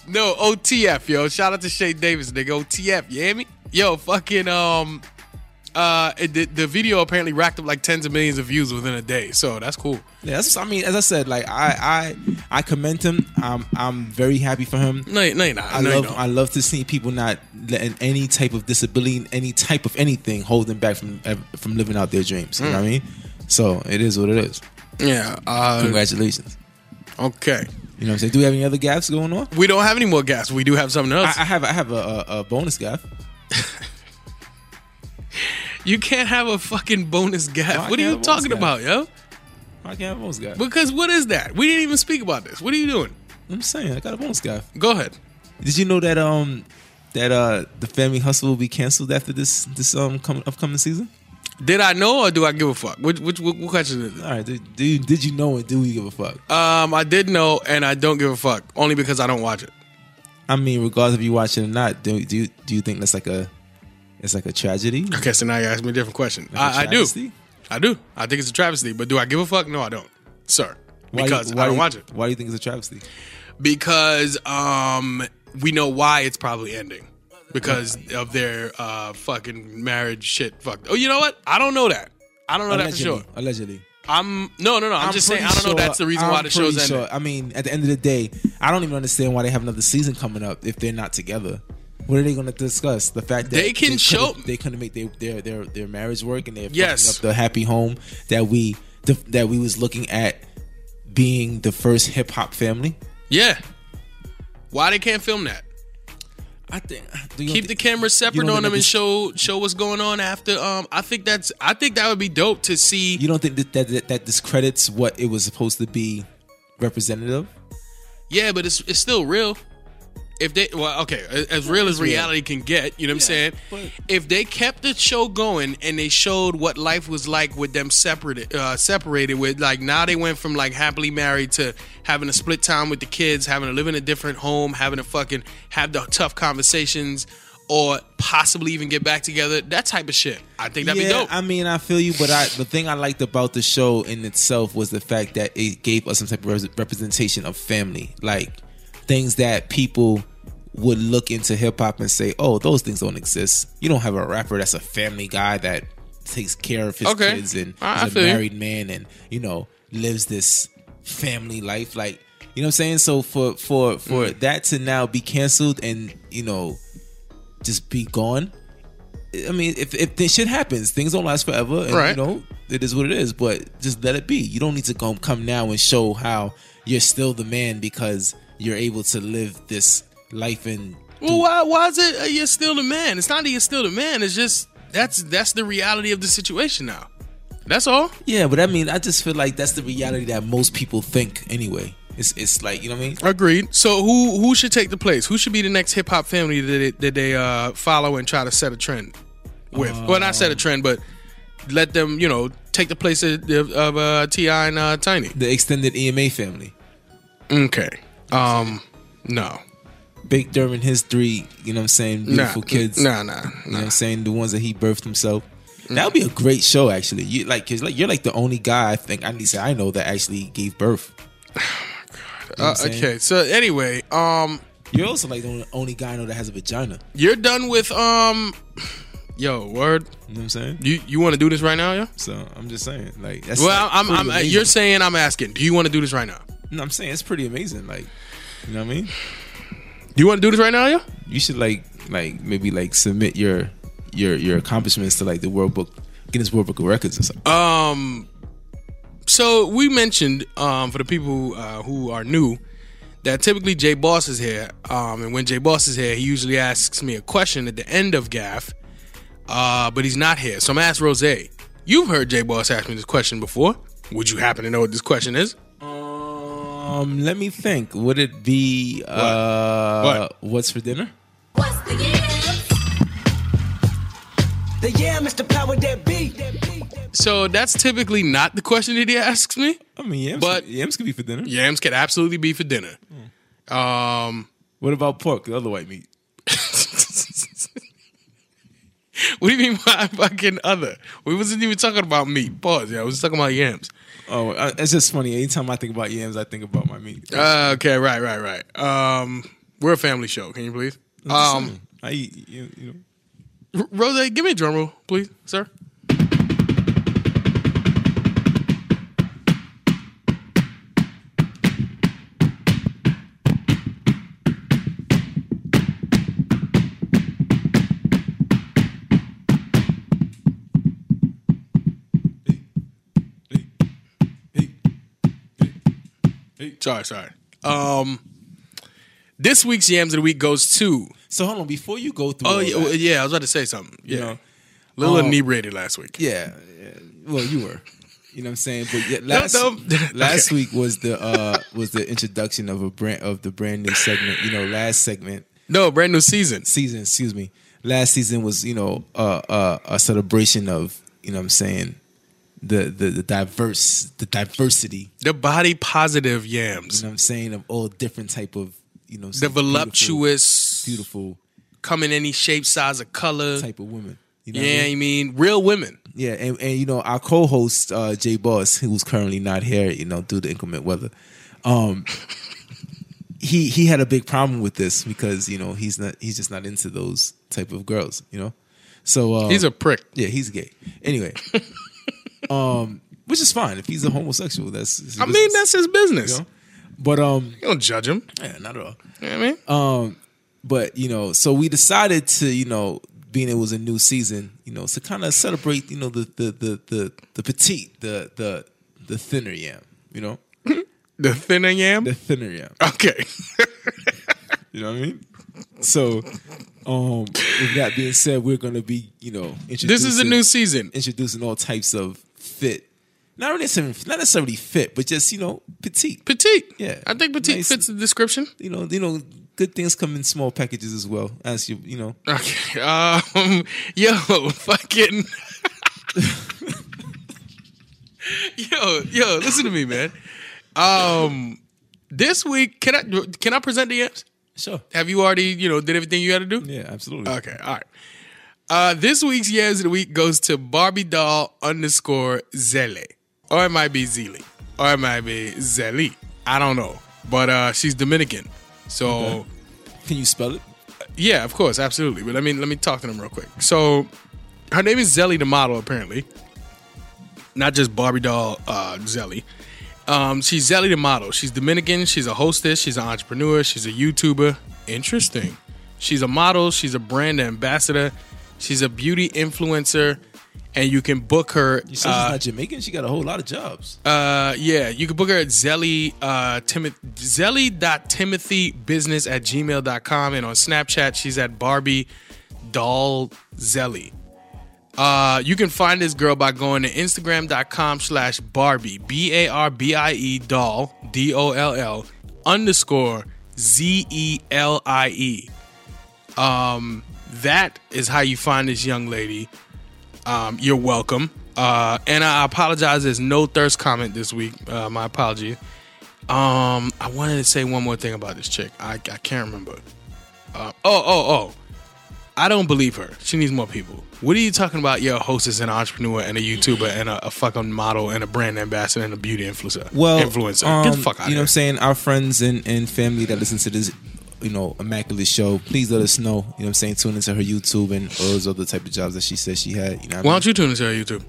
[SPEAKER 2] no OTF, yo. Shout out to Shay Davis, nigga. OTF, you hear me? Yo, fucking um, uh, it, the, the video apparently racked up like tens of millions of views within a day. So that's cool.
[SPEAKER 3] Yeah, that's I mean. As I said, like I I I commend him. I'm I'm very happy for him.
[SPEAKER 2] No, you- no, you're not.
[SPEAKER 3] I
[SPEAKER 2] no, you
[SPEAKER 3] love
[SPEAKER 2] don't.
[SPEAKER 3] I love to see people not letting any type of disability, any type of anything, hold them back from from living out their dreams. You know
[SPEAKER 2] Mm.
[SPEAKER 3] what I mean? So it is what it is.
[SPEAKER 2] yeah. Uh,
[SPEAKER 3] Congratulations.
[SPEAKER 2] okay.
[SPEAKER 3] You know what I'm saying? Do we have any other gaps going on?
[SPEAKER 2] We don't have any more gas. We do have something
[SPEAKER 3] I,
[SPEAKER 2] else.
[SPEAKER 3] I have I have a, a, a bonus gap.
[SPEAKER 2] you can't have a fucking bonus gaff.
[SPEAKER 3] Why
[SPEAKER 2] what are
[SPEAKER 3] can't
[SPEAKER 2] you
[SPEAKER 3] I bonus
[SPEAKER 2] talking
[SPEAKER 3] gaff?
[SPEAKER 2] about, yo?
[SPEAKER 3] I can't have a bonus gap.
[SPEAKER 2] Because what is that? We didn't even speak about this. What are you doing?
[SPEAKER 3] I'm saying I got a bonus gap.
[SPEAKER 2] Go ahead.
[SPEAKER 3] Did you know that um that uh the Family Hustle will be canceled after this this um coming upcoming season?
[SPEAKER 2] Did I know or do I give a fuck? Which which what, what question is it?
[SPEAKER 3] All right, did, did, did you know and do you give a fuck?
[SPEAKER 2] Um, I did know, and I don't give a fuck only because I don't watch it.
[SPEAKER 3] I mean, regardless if you watch it or not, do do you, do you think that's like a it's like a tragedy?
[SPEAKER 2] Okay, so now you ask me a different question. I, I
[SPEAKER 3] Like a
[SPEAKER 2] do,
[SPEAKER 3] travesty?
[SPEAKER 2] I do. I think it's a travesty, but do I give a fuck? No, I don't, sir.
[SPEAKER 3] Why do you-
[SPEAKER 2] Because
[SPEAKER 3] why
[SPEAKER 2] I
[SPEAKER 3] do
[SPEAKER 2] don't
[SPEAKER 3] you-
[SPEAKER 2] watch it.
[SPEAKER 3] Why do you think it's a travesty?
[SPEAKER 2] Because um, we know why it's probably ending because of their uh fucking marriage shit. Fucked. Oh, you know what? I don't know that. I don't know that for
[SPEAKER 3] Allegedly,
[SPEAKER 2] Oh, sure.
[SPEAKER 3] allegedly.
[SPEAKER 2] I'm no, no, no. I'm, just saying. I
[SPEAKER 3] pretty
[SPEAKER 2] don't know.
[SPEAKER 3] sure-
[SPEAKER 2] That's the reason
[SPEAKER 3] I'm
[SPEAKER 2] why the show's
[SPEAKER 3] pretty
[SPEAKER 2] ending.
[SPEAKER 3] sure- I mean, at the end of the day, I don't even understand why they have another season coming up if they're not together. What are they going to discuss? The fact that
[SPEAKER 2] They can
[SPEAKER 3] couldn't-
[SPEAKER 2] show-
[SPEAKER 3] they couldn't make their their their, their marriage work and they're fucking
[SPEAKER 2] Yes.
[SPEAKER 3] up the happy home that we the, that we was looking at being the first hip hop family.
[SPEAKER 2] Yeah. Why they can't film that?
[SPEAKER 3] I think do you
[SPEAKER 2] Keep the
[SPEAKER 3] think-
[SPEAKER 2] camera
[SPEAKER 3] you
[SPEAKER 2] separate
[SPEAKER 3] don't
[SPEAKER 2] on them
[SPEAKER 3] think
[SPEAKER 2] and
[SPEAKER 3] it's-
[SPEAKER 2] show show what's going on after. Um, I think that's I think that would be dope to see.
[SPEAKER 3] You don't think that that, that that discredits what it was supposed to be representative?
[SPEAKER 2] Yeah, but it's it's still real. if they well okay a- as real as reality can get you know what i'm saying
[SPEAKER 3] but-
[SPEAKER 2] if they kept the show going and they showed what life was like with them separated uh separated with like now they went from like happily married to having a split time with the kids having to live in a different home having to fucking have the tough conversations or possibly even get back together that type of shit i think that'd
[SPEAKER 3] yeah,
[SPEAKER 2] be dope
[SPEAKER 3] I mean, I feel you, but I the thing I liked about the show in itself was the fact that it gave us some type of res- representation of family, like things that people would look into hip hop and say, "Oh, those things don't exist." You don't have a rapper that's a family guy that takes care of his
[SPEAKER 2] Okay.
[SPEAKER 3] kids and
[SPEAKER 2] I- I
[SPEAKER 3] is a
[SPEAKER 2] feel you.
[SPEAKER 3] married man and you know lives this family life, like you know what I'm saying. So for for for
[SPEAKER 2] Mm-hmm.
[SPEAKER 3] that to now be canceled and you know just be gone. I mean, if if this shit happens, things don't last forever, and
[SPEAKER 2] Right.
[SPEAKER 3] you know it is what it is. But just let it be. You don't need to come come now and show how you're still the man because you're able to live this life and
[SPEAKER 2] Well, why why is it uh, you're still the man? It's not that you're still the man. It's just that's that's the reality of the situation now. That's all.
[SPEAKER 3] yeah. But I mean, I just feel like that's the reality that most people think anyway. It's it's like you know what I mean.
[SPEAKER 2] Agreed. So who who should take the place? Who should be the next hip hop family that they, that they uh, follow and try to set a trend with? well, not set a trend, but let them you know take the place of, of uh, Ti and uh, Tiny.
[SPEAKER 3] The extended EMA family,
[SPEAKER 2] Okay. Um. No.
[SPEAKER 3] Big Durham and his three, you know what I'm saying,
[SPEAKER 2] Nah.
[SPEAKER 3] beautiful kids.
[SPEAKER 2] Nah. Mm. Nah.
[SPEAKER 3] You know what I'm saying? The ones that he birthed himself. That would be a great show, actually. You like, cause like you're like the only guy I think I need to say I know that actually gave birth.
[SPEAKER 2] Uh,
[SPEAKER 3] I'm saying?
[SPEAKER 2] okay. So anyway, um,
[SPEAKER 3] You're also like the only- only guy I know that has a vagina.
[SPEAKER 2] you're done with um. Yo, word.
[SPEAKER 3] You know what I'm saying?
[SPEAKER 2] You you want to do this right now, yeah?
[SPEAKER 3] So I'm just saying, like, that's
[SPEAKER 2] Well,
[SPEAKER 3] like,
[SPEAKER 2] I'm,
[SPEAKER 3] pretty
[SPEAKER 2] I'm, I'm
[SPEAKER 3] amazing.
[SPEAKER 2] you're saying I'm asking. Do you want to do this right now?
[SPEAKER 3] No, I'm saying it's pretty amazing. Like, you know what I mean?
[SPEAKER 2] Do you want to do this right now, yeah?
[SPEAKER 3] You should like, like maybe like submit your your your accomplishments to like the World Book Guinness World Book of Records or something.
[SPEAKER 2] Um, so we mentioned um, for the people uh, who are new that typically Jay Boss is here, um, and when Jay Boss is here, he usually asks me a question at the end of Gaff, uh, but he's not here, so I'm gonna ask Rose. You've heard Jay Boss ask me this question before. Would you happen to know what this question is?
[SPEAKER 3] Um, let me think. Would it be uh,
[SPEAKER 2] What?
[SPEAKER 3] what's for dinner?
[SPEAKER 5] What's the year?
[SPEAKER 4] The yeah, Mr. Power, that beat. That beat.
[SPEAKER 2] So that's typically not the question that he asks me.
[SPEAKER 3] I mean, yams,
[SPEAKER 2] But-
[SPEAKER 3] yams could be for dinner.
[SPEAKER 2] Yams can absolutely be for dinner.
[SPEAKER 3] Mm.
[SPEAKER 2] Um,
[SPEAKER 3] What about pork? The other white meat.
[SPEAKER 2] What do you mean by fucking other? We wasn't even talking about meat. Pause. Yeah, I was talking about yams.
[SPEAKER 3] Oh, uh, it's just funny. Anytime I think about yams, I think about my meat.
[SPEAKER 2] Uh, okay, right, right, right. Um, we're a family show. Can you please? Um,
[SPEAKER 3] I eat. You, you know.
[SPEAKER 2] R- Rose, give me a drum roll, please, sir. Sorry, sorry. Um, this week's yams of the week goes to.
[SPEAKER 3] So hold on, before you go through.
[SPEAKER 2] Oh
[SPEAKER 3] all
[SPEAKER 2] yeah,
[SPEAKER 3] that,
[SPEAKER 2] well, yeah. I was about to say something. Yeah,
[SPEAKER 3] You know,
[SPEAKER 2] little
[SPEAKER 3] um,
[SPEAKER 2] inebriated last week.
[SPEAKER 3] yeah, yeah. Well, you were. You know what I'm saying? But yeah, last
[SPEAKER 2] don't-
[SPEAKER 3] last
[SPEAKER 2] Okay.
[SPEAKER 3] week was the uh was the introduction of a brand of the brand new segment. You know, last segment
[SPEAKER 2] No, brand new season.
[SPEAKER 3] season, excuse me. Last season was, you know, uh, uh, a celebration of, you know what I'm saying, the, the the diverse the diversity
[SPEAKER 2] The body positive yams.
[SPEAKER 3] You know what I'm saying? Of all different type of, you know,
[SPEAKER 2] The
[SPEAKER 3] some
[SPEAKER 2] voluptuous,
[SPEAKER 3] beautiful, beautiful
[SPEAKER 2] come in any shape, size, or color.
[SPEAKER 3] type of women. You know what I
[SPEAKER 2] yeah,
[SPEAKER 3] mean?
[SPEAKER 2] you mean real women.
[SPEAKER 3] yeah, and, and you know our co-host uh, Jay Boss, who's currently not here, you know, due to inclement weather. Um, he he had a big problem with this because you know he's not he's just not into those type of girls, you know. So uh,
[SPEAKER 2] He's a prick.
[SPEAKER 3] yeah, he's gay. Anyway, um, which is fine if he's a homosexual. That's his
[SPEAKER 2] I mean,
[SPEAKER 3] business,
[SPEAKER 2] that's his business.
[SPEAKER 3] you
[SPEAKER 2] You
[SPEAKER 3] know? But um,
[SPEAKER 2] don't judge him.
[SPEAKER 3] yeah, not at all.
[SPEAKER 2] You know what I mean?
[SPEAKER 3] Um, but you know, so we decided to, you know, being it was a new season, you know, to kind of celebrate, you know, the the the the, the petite, the the the thinner yam, you know,
[SPEAKER 2] the thinner yam.
[SPEAKER 3] the thinner yam.
[SPEAKER 2] okay.
[SPEAKER 3] You know what I mean? So, um, with that being said, we're gonna be, you know, introducing,
[SPEAKER 2] this is a new season.
[SPEAKER 3] introducing all types of fit, not really necessarily, not necessarily fit, but just you know, petite,
[SPEAKER 2] Petite.
[SPEAKER 3] Yeah.
[SPEAKER 2] I think petite
[SPEAKER 3] Nice.
[SPEAKER 2] fits the description.
[SPEAKER 3] you know, you know, good things come in small packages as well. As you, you know,
[SPEAKER 2] Okay. Um, yo, fucking. yo, yo, listen to me, man. Um, this week, can I can I present the apps?
[SPEAKER 3] sure.
[SPEAKER 2] Have you already, you know, did everything you had to do?
[SPEAKER 3] Yeah, absolutely.
[SPEAKER 2] Okay, all right. Uh, this week's Yams of the Week goes to Barbie doll underscore Zele. Or it might be Zele. Or it might be Zeli. I don't know. But uh, she's Dominican. So
[SPEAKER 3] Can you spell it?
[SPEAKER 2] yeah, of course, absolutely. But let me let me talk to them real quick. So her name is Zelly the model, apparently. Not just Barbie doll uh Zelly. Um, she's Zelly the model. She's Dominican, she's a hostess, she's an entrepreneur, she's a YouTuber. Interesting. She's a model, she's a brand ambassador, she's a beauty influencer, and you can book her
[SPEAKER 3] You said she's not Jamaican. She got a whole lot of jobs.
[SPEAKER 2] uh, yeah, you can book her at Zelly, uh, Timoth- zelly.timothybusiness at gmail.com. And on Snapchat, she's at Barbie Doll Zelly. Uh, you can find this girl by going to Instagram.com slash Barbie, B A R B I E doll, D O L L, underscore Z E L I E. Um, that is how you find this young lady. Um, you're welcome. Uh, and I apologize. There's no thirst comment this week. Uh, my apology. Um, I wanted to say one more thing about this chick. I, I can't remember. Uh, oh, oh, oh. I don't believe her. She needs more people. What are you talking about? You're a hostess and an entrepreneur and a YouTuber and a, a fucking model and a brand ambassador and a beauty influencer.
[SPEAKER 3] well
[SPEAKER 2] influencer. Get the
[SPEAKER 3] um,
[SPEAKER 2] fuck out
[SPEAKER 3] you
[SPEAKER 2] of
[SPEAKER 3] know what i'm
[SPEAKER 2] here.
[SPEAKER 3] saying our friends and, and family that listen to this you know immaculate show please let us know you know what i'm saying tune into her youtube and all those other type of jobs that she said she had you know what
[SPEAKER 2] Why
[SPEAKER 3] I mean?
[SPEAKER 2] don't you tune into her YouTube?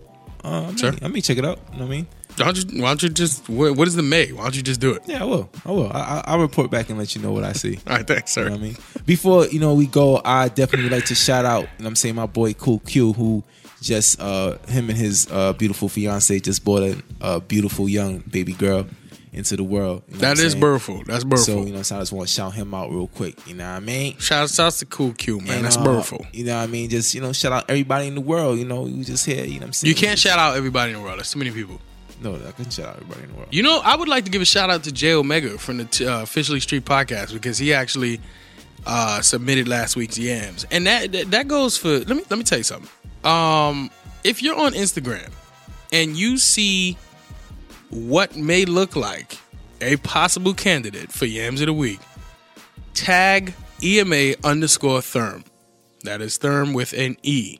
[SPEAKER 3] Uh, I mean,
[SPEAKER 2] sir?
[SPEAKER 3] I mean check it out you know what i mean
[SPEAKER 2] Why don't you, why don't you just, what, what is the May? Why don't you just do it?
[SPEAKER 3] yeah i will i will I, I, i'll report back and let you know what i see
[SPEAKER 2] All right, thanks,
[SPEAKER 3] You
[SPEAKER 2] sir.
[SPEAKER 3] know what I mean? Before, you know, we go, I definitely would like to shout out, you know what I'm saying, my boy Cool Q, who just, uh, him and his uh, beautiful fiance just brought a, a beautiful young baby girl into the world. you know what
[SPEAKER 2] That
[SPEAKER 3] I'm
[SPEAKER 2] is
[SPEAKER 3] saying?
[SPEAKER 2] beautiful. That's beautiful.
[SPEAKER 3] So, you know, what I'm saying, I just want to shout him out real quick. You know what I mean?
[SPEAKER 2] Shout out to Cool Q, man. That's
[SPEAKER 3] uh,
[SPEAKER 2] beautiful.
[SPEAKER 3] You know what I mean? Just, you know, shout out everybody in the world. You know, we just here, you know what I'm saying?
[SPEAKER 2] You can't shout out everybody in the world. There's too many people.
[SPEAKER 3] No, I can shout out everybody in the world.
[SPEAKER 2] You know, I would like to give a shout out to Jay Omega from the t- uh, Officially Street podcast because he actually uh, submitted last week's yams, and that, that that goes for. Let me let me tell you something. Um, if you're on Instagram and you see what may look like a possible candidate for yams of the week, tag EMA underscore Therm. That is Therm with an E.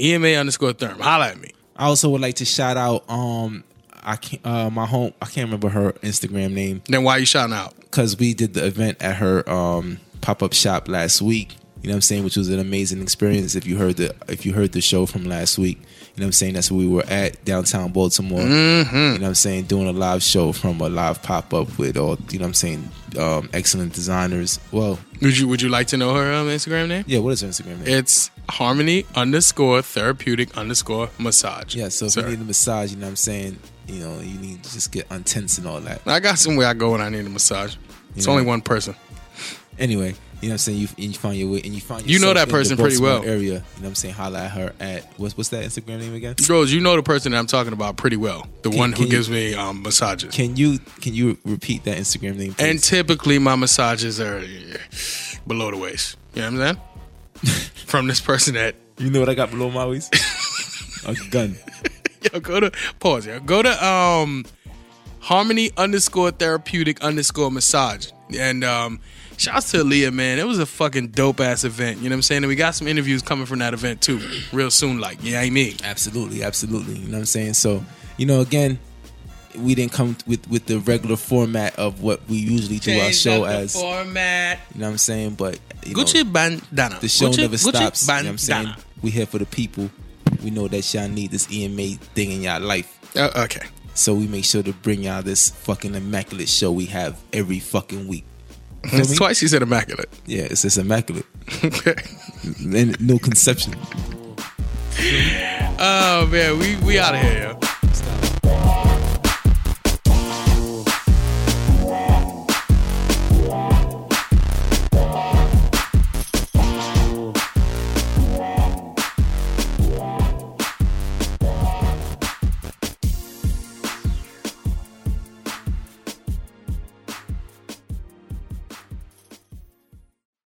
[SPEAKER 2] EMA underscore Therm. Holla at me.
[SPEAKER 3] I also would like to shout out, um, I can't, uh, my home, I can't remember her Instagram name.
[SPEAKER 2] Then why you shouting out?
[SPEAKER 3] because we did the event at her um, pop up shop last week. You know what I'm saying, which was an amazing experience. If you heard the if you heard the show from last week, you know what I'm saying that's where we were at downtown Baltimore.
[SPEAKER 2] Mm-hmm.
[SPEAKER 3] You know what I'm saying doing a live show from a live pop up with all you know what I'm saying um, excellent designers. Well,
[SPEAKER 2] Would you Would you like to know her um, Instagram name?
[SPEAKER 3] yeah, what is her Instagram? Name?
[SPEAKER 2] It's harmony underscore therapeutic underscore massage.
[SPEAKER 3] yeah, so if
[SPEAKER 2] Sir.
[SPEAKER 3] you need a massage, you know what I'm saying, you know you need to just get untense and all that.
[SPEAKER 2] I got somewhere I go when I need a massage. It's
[SPEAKER 3] Yeah.
[SPEAKER 2] only one person.
[SPEAKER 3] anyway, you know what I'm saying? You, you find your way and you find
[SPEAKER 2] You know
[SPEAKER 3] yourself
[SPEAKER 2] that
[SPEAKER 3] in the
[SPEAKER 2] person pretty
[SPEAKER 3] Baltimore
[SPEAKER 2] well.
[SPEAKER 3] Area, you know what I'm saying? Holla at her at what's what's that Instagram name again?
[SPEAKER 2] Girls, you know the person that I'm talking about pretty well. The one who
[SPEAKER 3] can you-
[SPEAKER 2] gives me um, massages.
[SPEAKER 3] Can you can you repeat that Instagram name?
[SPEAKER 2] and
[SPEAKER 3] Please?
[SPEAKER 2] typically my massages are eh, below the waist. You know what I'm saying? From this person that
[SPEAKER 3] you know what I got below my waist? a gun.
[SPEAKER 2] yo, go to pause. Yo, go to um harmony underscore therapeutic underscore massage and um. Shouts to Aaliyah, man. It was a fucking dope ass event. You know what I'm saying? And we got some interviews coming from that event too, real soon. Like, yeah, I mean,
[SPEAKER 3] Absolutely, absolutely. You know what I'm saying? So, you know, again, we didn't come with with the regular format of what we usually do our show as. You
[SPEAKER 2] format.
[SPEAKER 3] know what I'm saying? But you know,
[SPEAKER 2] Gucci bandana.
[SPEAKER 3] the show
[SPEAKER 2] Gucci,
[SPEAKER 3] never
[SPEAKER 2] Gucci
[SPEAKER 3] stops. You know what I'm saying?
[SPEAKER 2] bandana.
[SPEAKER 3] We here for the people. We know that y'all need this EMA thing in y'all life.
[SPEAKER 2] Uh, okay.
[SPEAKER 3] So we make sure to bring y'all this fucking immaculate show we have every fucking week.
[SPEAKER 2] That's
[SPEAKER 3] me?
[SPEAKER 2] twice he said immaculate.
[SPEAKER 3] Yeah, it's just immaculate.
[SPEAKER 2] Okay.
[SPEAKER 3] And no conception.
[SPEAKER 2] oh man, we we out of here. Yo.